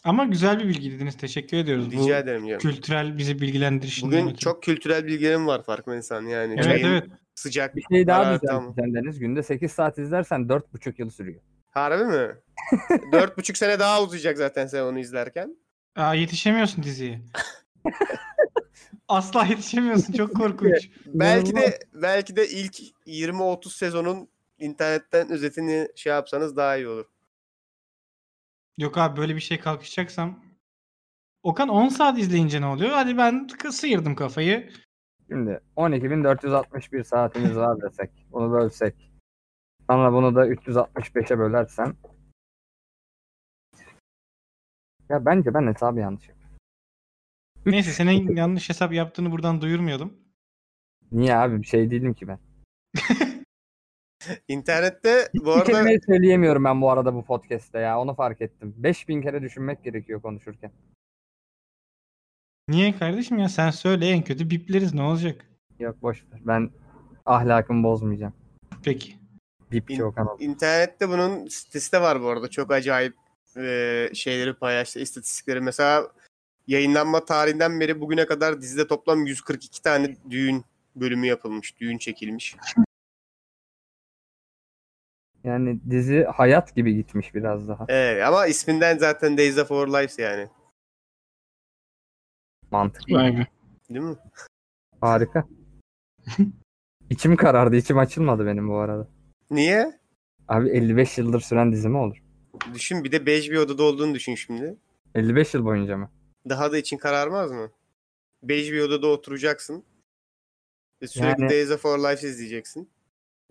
ama güzel bir bilgi dediniz. Teşekkür ediyoruz. Bu Rica ederim canım. kültürel bizi bilgilendirişinden Bugün ötürü. çok kültürel bilgilerim var farkındaysan yani. Evet Çayın evet. Sıcak. Bir şey daha hararet diyeceğim ama. sen Deniz. Günde 8 saat izlersen 4,5 yıl sürüyor. Harbi mi? Dört buçuk sene daha uzayacak zaten sen onu izlerken. Aa, yetişemiyorsun diziye. Asla yetişemiyorsun. Çok korkunç. Belki de belki de ilk 20-30 sezonun internetten özetini şey yapsanız daha iyi olur. Yok abi böyle bir şey kalkışacaksam. Okan 10 saat izleyince ne oluyor? Hadi ben kı- sıyırdım kafayı. Şimdi 12.461 saatimiz var desek. Bunu bölsek. Sonra bunu da 365'e bölersen. Ya bence ben hesabı yanlış yapıyorum. Neyse senin yanlış hesap yaptığını buradan duyurmuyordum. Niye abi bir şey değilim ki ben. İnternette bu Bir arada kelimeyi söyleyemiyorum ben bu arada bu podcast'te ya. Onu fark ettim. 5000 kere düşünmek gerekiyor konuşurken. Niye kardeşim ya sen söyle en kötü bipleriz ne olacak? Yok boş ver. Ben ahlakımı bozmayacağım. Peki. Bipçi İn- Okan oldu. internette bunun sitesi de var bu arada. Çok acayip e, şeyleri paylaştı, istatistikleri. Mesela yayınlanma tarihinden beri bugüne kadar dizide toplam 142 tane düğün bölümü yapılmış, düğün çekilmiş. Yani dizi hayat gibi gitmiş biraz daha. Evet, ama isminden zaten Days of Our Lives yani. Mantıklı. Vay be. Değil mi? Harika. içim karardı. içim açılmadı benim bu arada. Niye? Abi 55 yıldır süren dizi mi olur? Düşün bir de bej bir odada olduğunu düşün şimdi. 55 yıl boyunca mı? Daha da için kararmaz mı? Bej bir odada oturacaksın. Ve sürekli Yani- Days of Our Lives izleyeceksin.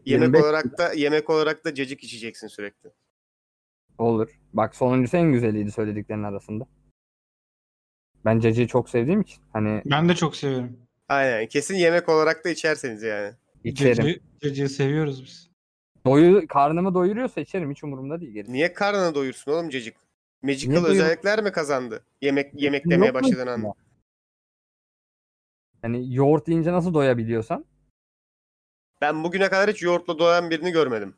Yemek 25 olarak da yemek olarak da cacık içeceksin sürekli. Olur. Bak sonuncusu en güzeliydi söylediklerinin arasında. Ben Cacı'yı çok sevdiğim için hani Ben de çok seviyorum. Aynen. Kesin yemek olarak da içerseniz yani. içerim. Cacığı- Cacığı seviyoruz biz. Doyu, karnımı doyuruyorsa içerim hiç umurumda değil gerisi. Niye karnını doyursun oğlum cacık? Magical Niye doyur- özellikler mi kazandı? Yemek yemek Yok demeye mu başladığın içinde? anda. Hani yoğurt yiyince nasıl doyabiliyorsan Ben bugüne kadar hiç yoğurtla doyan birini görmedim.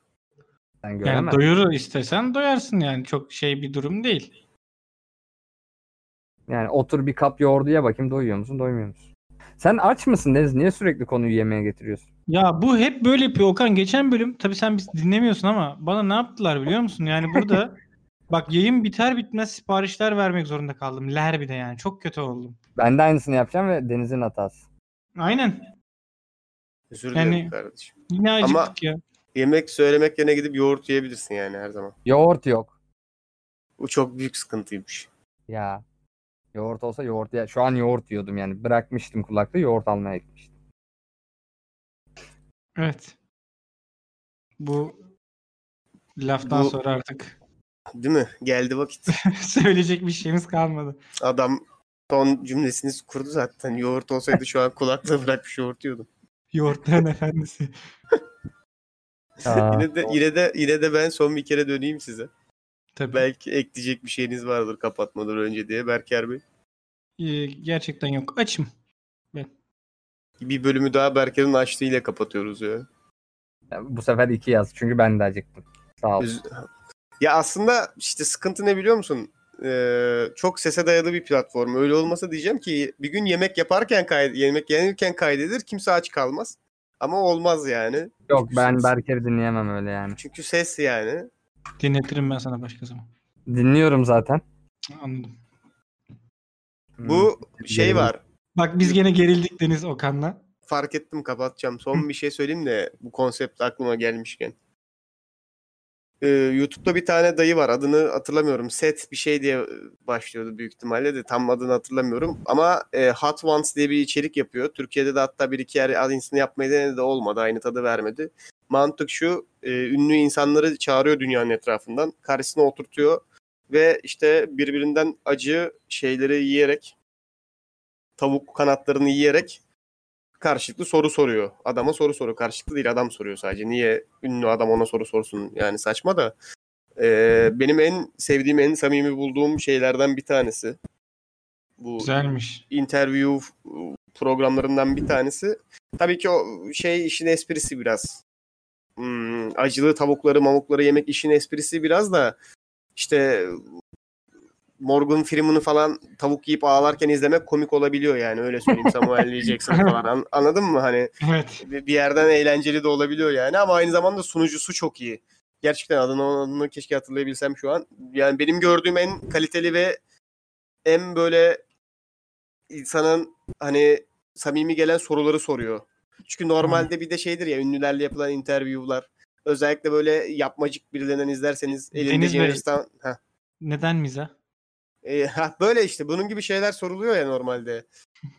sen göremezsin. Yani doyuru istesen doyarsın yani çok şey bir durum değil. Yani otur bir kap yoğurdu ye bakayım doyuyor musun doymuyor musun? Sen aç mısın Deniz? Niye sürekli konuyu yemeğe getiriyorsun? Ya bu hep böyle yapıyor Okan. Geçen bölüm tabii sen biz dinlemiyorsun ama bana ne yaptılar biliyor musun? Yani burada bak yayın biter bitmez siparişler vermek zorunda kaldım. Ler bir de yani çok kötü oldum. Ben de aynısını yapacağım ve Deniz'in hatası. Aynen. Özür Yani- dilerim kardeşim. Yine acıktık ya. Yemek söylemek yerine gidip yoğurt yiyebilirsin yani her zaman. Yoğurt yok. Bu çok büyük sıkıntıymış. Ya. Yoğurt olsa yoğurt ya. Şu an yoğurt yiyordum yani. Bırakmıştım kulakta yoğurt almaya gitmiştim. Evet. Bu laftan Bu- sonra artık Değil mi? Geldi vakit. söyleyecek bir şeyimiz kalmadı. Adam son cümlesini kurdu zaten. Yoğurt olsaydı şu an kulaklığı bırakmış yoğurt yiyordum. Yoğurtların efendisi. Aa, Yine de, yine de yine de ben son bir kere döneyim size. Tabii. Belki ekleyecek bir şeyiniz vardır kapatmadan önce diye Berker Bey. Ee, gerçekten yok. Açım. Bir bölümü daha Berker'in açtığıyla kapatıyoruz ya. Bu sefer iki yaz çünkü ben de acıktım. Sağ ol. Üz- Ya aslında işte sıkıntı ne biliyor musun? Ee, çok sese dayalı bir platform. Öyle olmasa diyeceğim ki bir gün yemek yaparken kayd yemek yenirken kaydedilir kimse aç kalmaz. Ama olmaz yani. Yok ben Berker'i dinleyemem öyle yani. Çünkü ses yani. Dinletirim ben sana başka zaman. Dinliyorum zaten. Anladım. Bu Hmm, şey gelelim. var. Bak biz gene gerildik Deniz Okan'la. Fark ettim kapatacağım. Son bir şey söyleyeyim de bu konsept aklıma gelmişken. Ee, YouTube'da bir tane dayı var. Adını hatırlamıyorum. Set bir şey diye başlıyordu büyük ihtimalle de tam adını hatırlamıyorum. Ama e, Hot Ones diye bir içerik yapıyor. Türkiye'de de hatta bir iki yer aynısını yapmayı denedi de olmadı. Aynı tadı vermedi. Mantık şu. e, ünlü insanları çağırıyor dünyanın etrafından. Karşısına oturtuyor ve işte birbirinden acı şeyleri yiyerek tavuk kanatlarını yiyerek karşılıklı soru soruyor. Adama soru soruyor. Karşılıklı değil adam soruyor sadece. Niye ünlü adam ona soru sorsun? Yani saçma da. Ee, benim en sevdiğim, en samimi bulduğum şeylerden bir tanesi. Bu Güzelmiş. interview programlarından bir tanesi. Tabii ki o şey işin esprisi biraz. Hmm, acılı tavukları mamukları yemek işin esprisi biraz da işte Morgan Freeman'ı falan tavuk yiyip ağlarken izlemek komik olabiliyor yani öyle söyleyeyim Samuel L. Jackson falan An- anladın mı hani Evet. bir bir yerden eğlenceli de olabiliyor yani ama aynı zamanda sunucusu çok iyi. Gerçekten adını, adını keşke hatırlayabilsem şu an. Yani benim gördüğüm en kaliteli ve en böyle insanın hani samimi gelen soruları soruyor. Çünkü normalde bir de şeydir ya ünlülerle yapılan interviewlar. Özellikle böyle yapmacık birilerinden izlerseniz elinde Deniz Bey. James Tan- Heh. Neden miza? E, ha, böyle işte bunun gibi şeyler soruluyor ya normalde.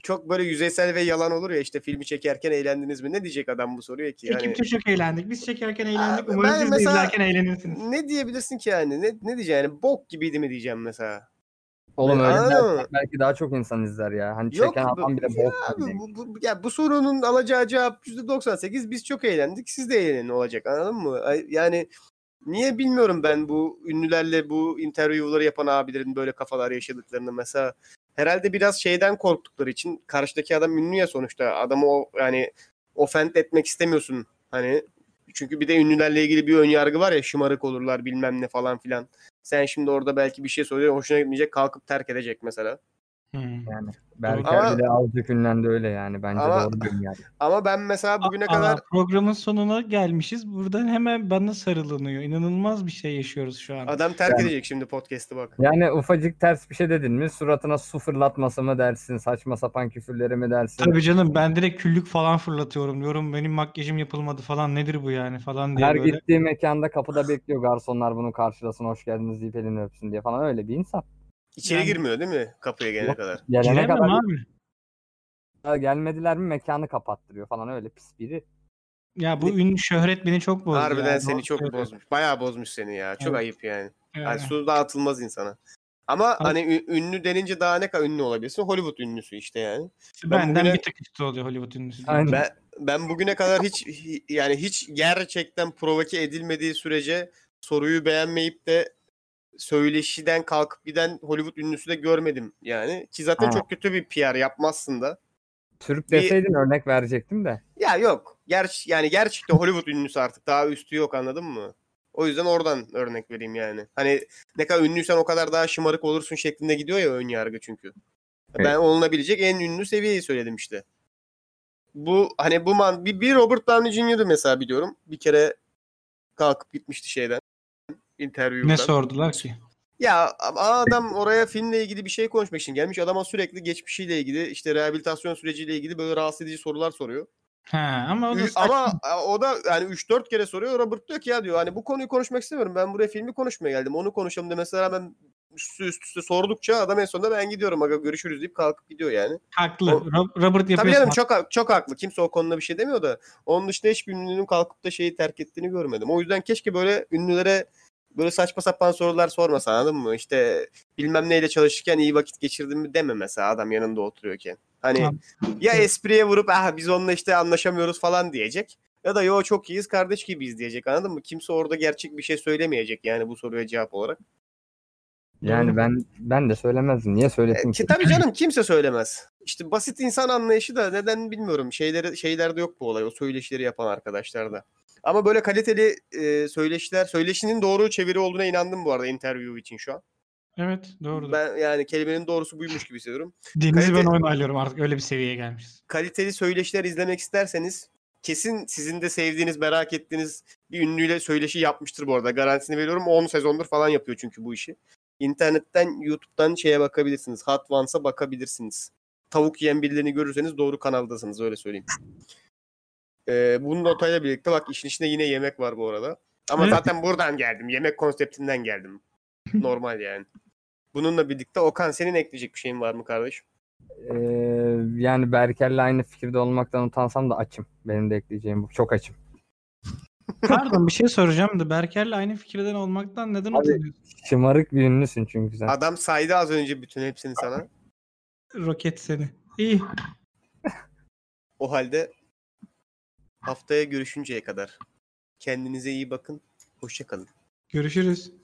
Çok böyle yüzeysel ve yalan olur ya işte filmi çekerken eğlendiniz mi? Ne diyecek adam bu soruya ki? Hani- Yani, Ekipçe çok eğlendik. Biz çekerken eğlendik. Abi Umarım ben siz de mesela- izlerken eğlenirsiniz. ne diyebilirsin ki yani? Ne, ne diyeceksin yani? Bok gibiydi mi diyeceğim mesela? Oğlum öyle Anladın dersen mı? belki daha çok insan izler ya. Hani Yok çeken bu- adam bile ya bok Abi diyecek. bu, bu, ya bu sorunun alacağı cevap %98 biz çok eğlendik siz de eğlenin olacak anladın mı? Ay- Yani niye bilmiyorum ben bu ünlülerle bu interviewları yapan abilerin böyle kafalar yaşadıklarını mesela herhalde biraz şeyden korktukları için karşıdaki adam ünlü ya sonuçta adamı o yani ofent etmek istemiyorsun hani çünkü bir de ünlülerle ilgili bir önyargı var ya şımarık olurlar bilmem ne falan filan. Sen şimdi orada belki bir şey söylüyor hoşuna gitmeyecek kalkıp terk edecek mesela. Hmm. Berker Ama- bile azıcık ünlendi öyle yani. Bence Ama- doğru diyorum yani. Ama ben mesela bugüne Aa, kadar programın sonuna gelmişiz. Buradan hemen bana sarılınıyor. İnanılmaz bir şey yaşıyoruz şu an. Adam terk Yani- edecek şimdi podcast'ı bak. Yani ufacık ters bir şey dedin mi suratına su fırlatması mı dersin saçma sapan küfürleri mi dersin? Tabii canım ben direkt küllük falan fırlatıyorum. Diyorum benim makyajım yapılmadı falan nedir bu yani falan diye Her böyle. gittiği mekanda kapıda bekliyor garsonlar bunu karşılasın hoş geldiniz deyip elini öpsün diye falan öyle bir insan. İçeri Yani- girmiyor değil mi kapıya gelene Yok. kadar? Gelene Giremem kadar abi. gelmediler mi mekanı kapattırıyor falan öyle pis biri. Ya bu ün şöhret beni çok bozdu. Hani Harbiden ya. seni Doğru çok söylüyorsun. bozmuş. Bayağı bozmuş seni ya. Çok Evet. ayıp yani. Yani yani su dağıtılmaz insana. Ama Abi- hani ü- ünlü denince daha ne kadar ünlü olabilirsin? Hollywood ünlüsü işte yani. ben Benden bugüne- bir tık üstü oluyor Hollywood ünlüsü. Aynen. Ben ben bugüne kadar hiç hi- yani hiç gerçekten provoke edilmediği sürece soruyu beğenmeyip de söyleşiden kalkıp giden Hollywood ünlüsü de görmedim yani. Ki zaten Evet. çok kötü bir PR yapmazsın da. Türk Bir- deseydin örnek verecektim de. Ya yok. Ger yani gerçekten Hollywood ünlüsü artık daha üstü yok anladın mı? O yüzden oradan örnek vereyim yani. Hani ne kadar ünlüysen o kadar daha şımarık olursun şeklinde gidiyor ya ön yargı çünkü. Ben Evet. olunabilecek en ünlü seviyeyi söyledim işte. Bu hani bu man bir, bir Robert Downey Jr. mesela biliyorum. Bir kere kalkıp gitmişti şeyden. interview'dan. Ne sordular ki? Ya ama adam oraya filmle ilgili bir şey konuşmak için gelmiş. Adama sürekli geçmişiyle ilgili işte rehabilitasyon süreciyle ilgili böyle rahatsız edici sorular soruyor. Ha, ama o da Ü- saçma. Ee, Ama a, o da yani 3-4 kere soruyor. Robert diyor ki ya diyor hani bu konuyu konuşmak istemiyorum. Ben buraya filmi konuşmaya geldim. Onu konuşalım de mesela ben üstü üst üste sordukça adam en sonunda ben gidiyorum aga görüşürüz deyip kalkıp gidiyor yani. haklı. O- Ro- Robert Tabii yapıyorsun. canım çok ha- çok haklı. Kimse o konuda bir şey demiyor da onun dışında hiçbir ünlünün kalkıp da şeyi terk ettiğini görmedim. O yüzden keşke böyle ünlülere böyle saçma sapan sorular sormasa anladın mı? İşte bilmem neyle çalışırken iyi vakit geçirdim mi deme mesela adam yanında oturuyorken. Hani Tamam. ya espriye vurup ah biz onunla işte anlaşamıyoruz falan diyecek. Ya da yo çok iyiyiz kardeş gibiyiz diyecek anladın mı? Kimse orada gerçek bir şey söylemeyecek yani bu soruya cevap olarak. Yani ben ben de söylemezdim. Niye E, söylesin ki ki? tabii canım kimse söylemez. İşte basit insan anlayışı da neden bilmiyorum. Şeyleri şeylerde yok bu olay. O söyleşileri yapan arkadaşlarda. Ama böyle kaliteli e, söyleşiler, söyleşinin doğru çeviri olduğuna inandım bu arada interview için şu an. Evet doğru. Ben yani kelimenin doğrusu buymuş gibi hissediyorum. Deniz'i ben kalite- onaylıyorum artık öyle bir seviyeye gelmişiz. Kaliteli söyleşiler izlemek isterseniz kesin sizin de sevdiğiniz, merak ettiğiniz bir ünlüyle söyleşi yapmıştır bu arada. Garantisini veriyorum. 10 sezondur falan yapıyor çünkü bu işi. İnternetten, YouTube'dan şeye bakabilirsiniz. Hot Ones'a bakabilirsiniz. Tavuk yiyen birilerini görürseniz doğru kanaldasınız öyle söyleyeyim. Ee, bunun notayla birlikte bak işin içinde yine yemek var bu arada. Ama Evet. zaten buradan geldim. Yemek konseptinden geldim. Normal yani. Bununla birlikte Okan senin ekleyecek bir şeyin var mı kardeş? Ee, yani Berker'le aynı fikirde olmaktan utansam da açım. Benim de ekleyeceğim bu. Çok açım. Pardon bir şey soracağım da Berker'le aynı fikirden olmaktan neden Abi- utanıyorsun? Şımarık bir ünlüsün çünkü sen. Adam saydı az önce bütün hepsini sana. Roket seni. İyi. O halde haftaya görüşünceye kadar kendinize iyi bakın. Hoşçakalın. Görüşürüz.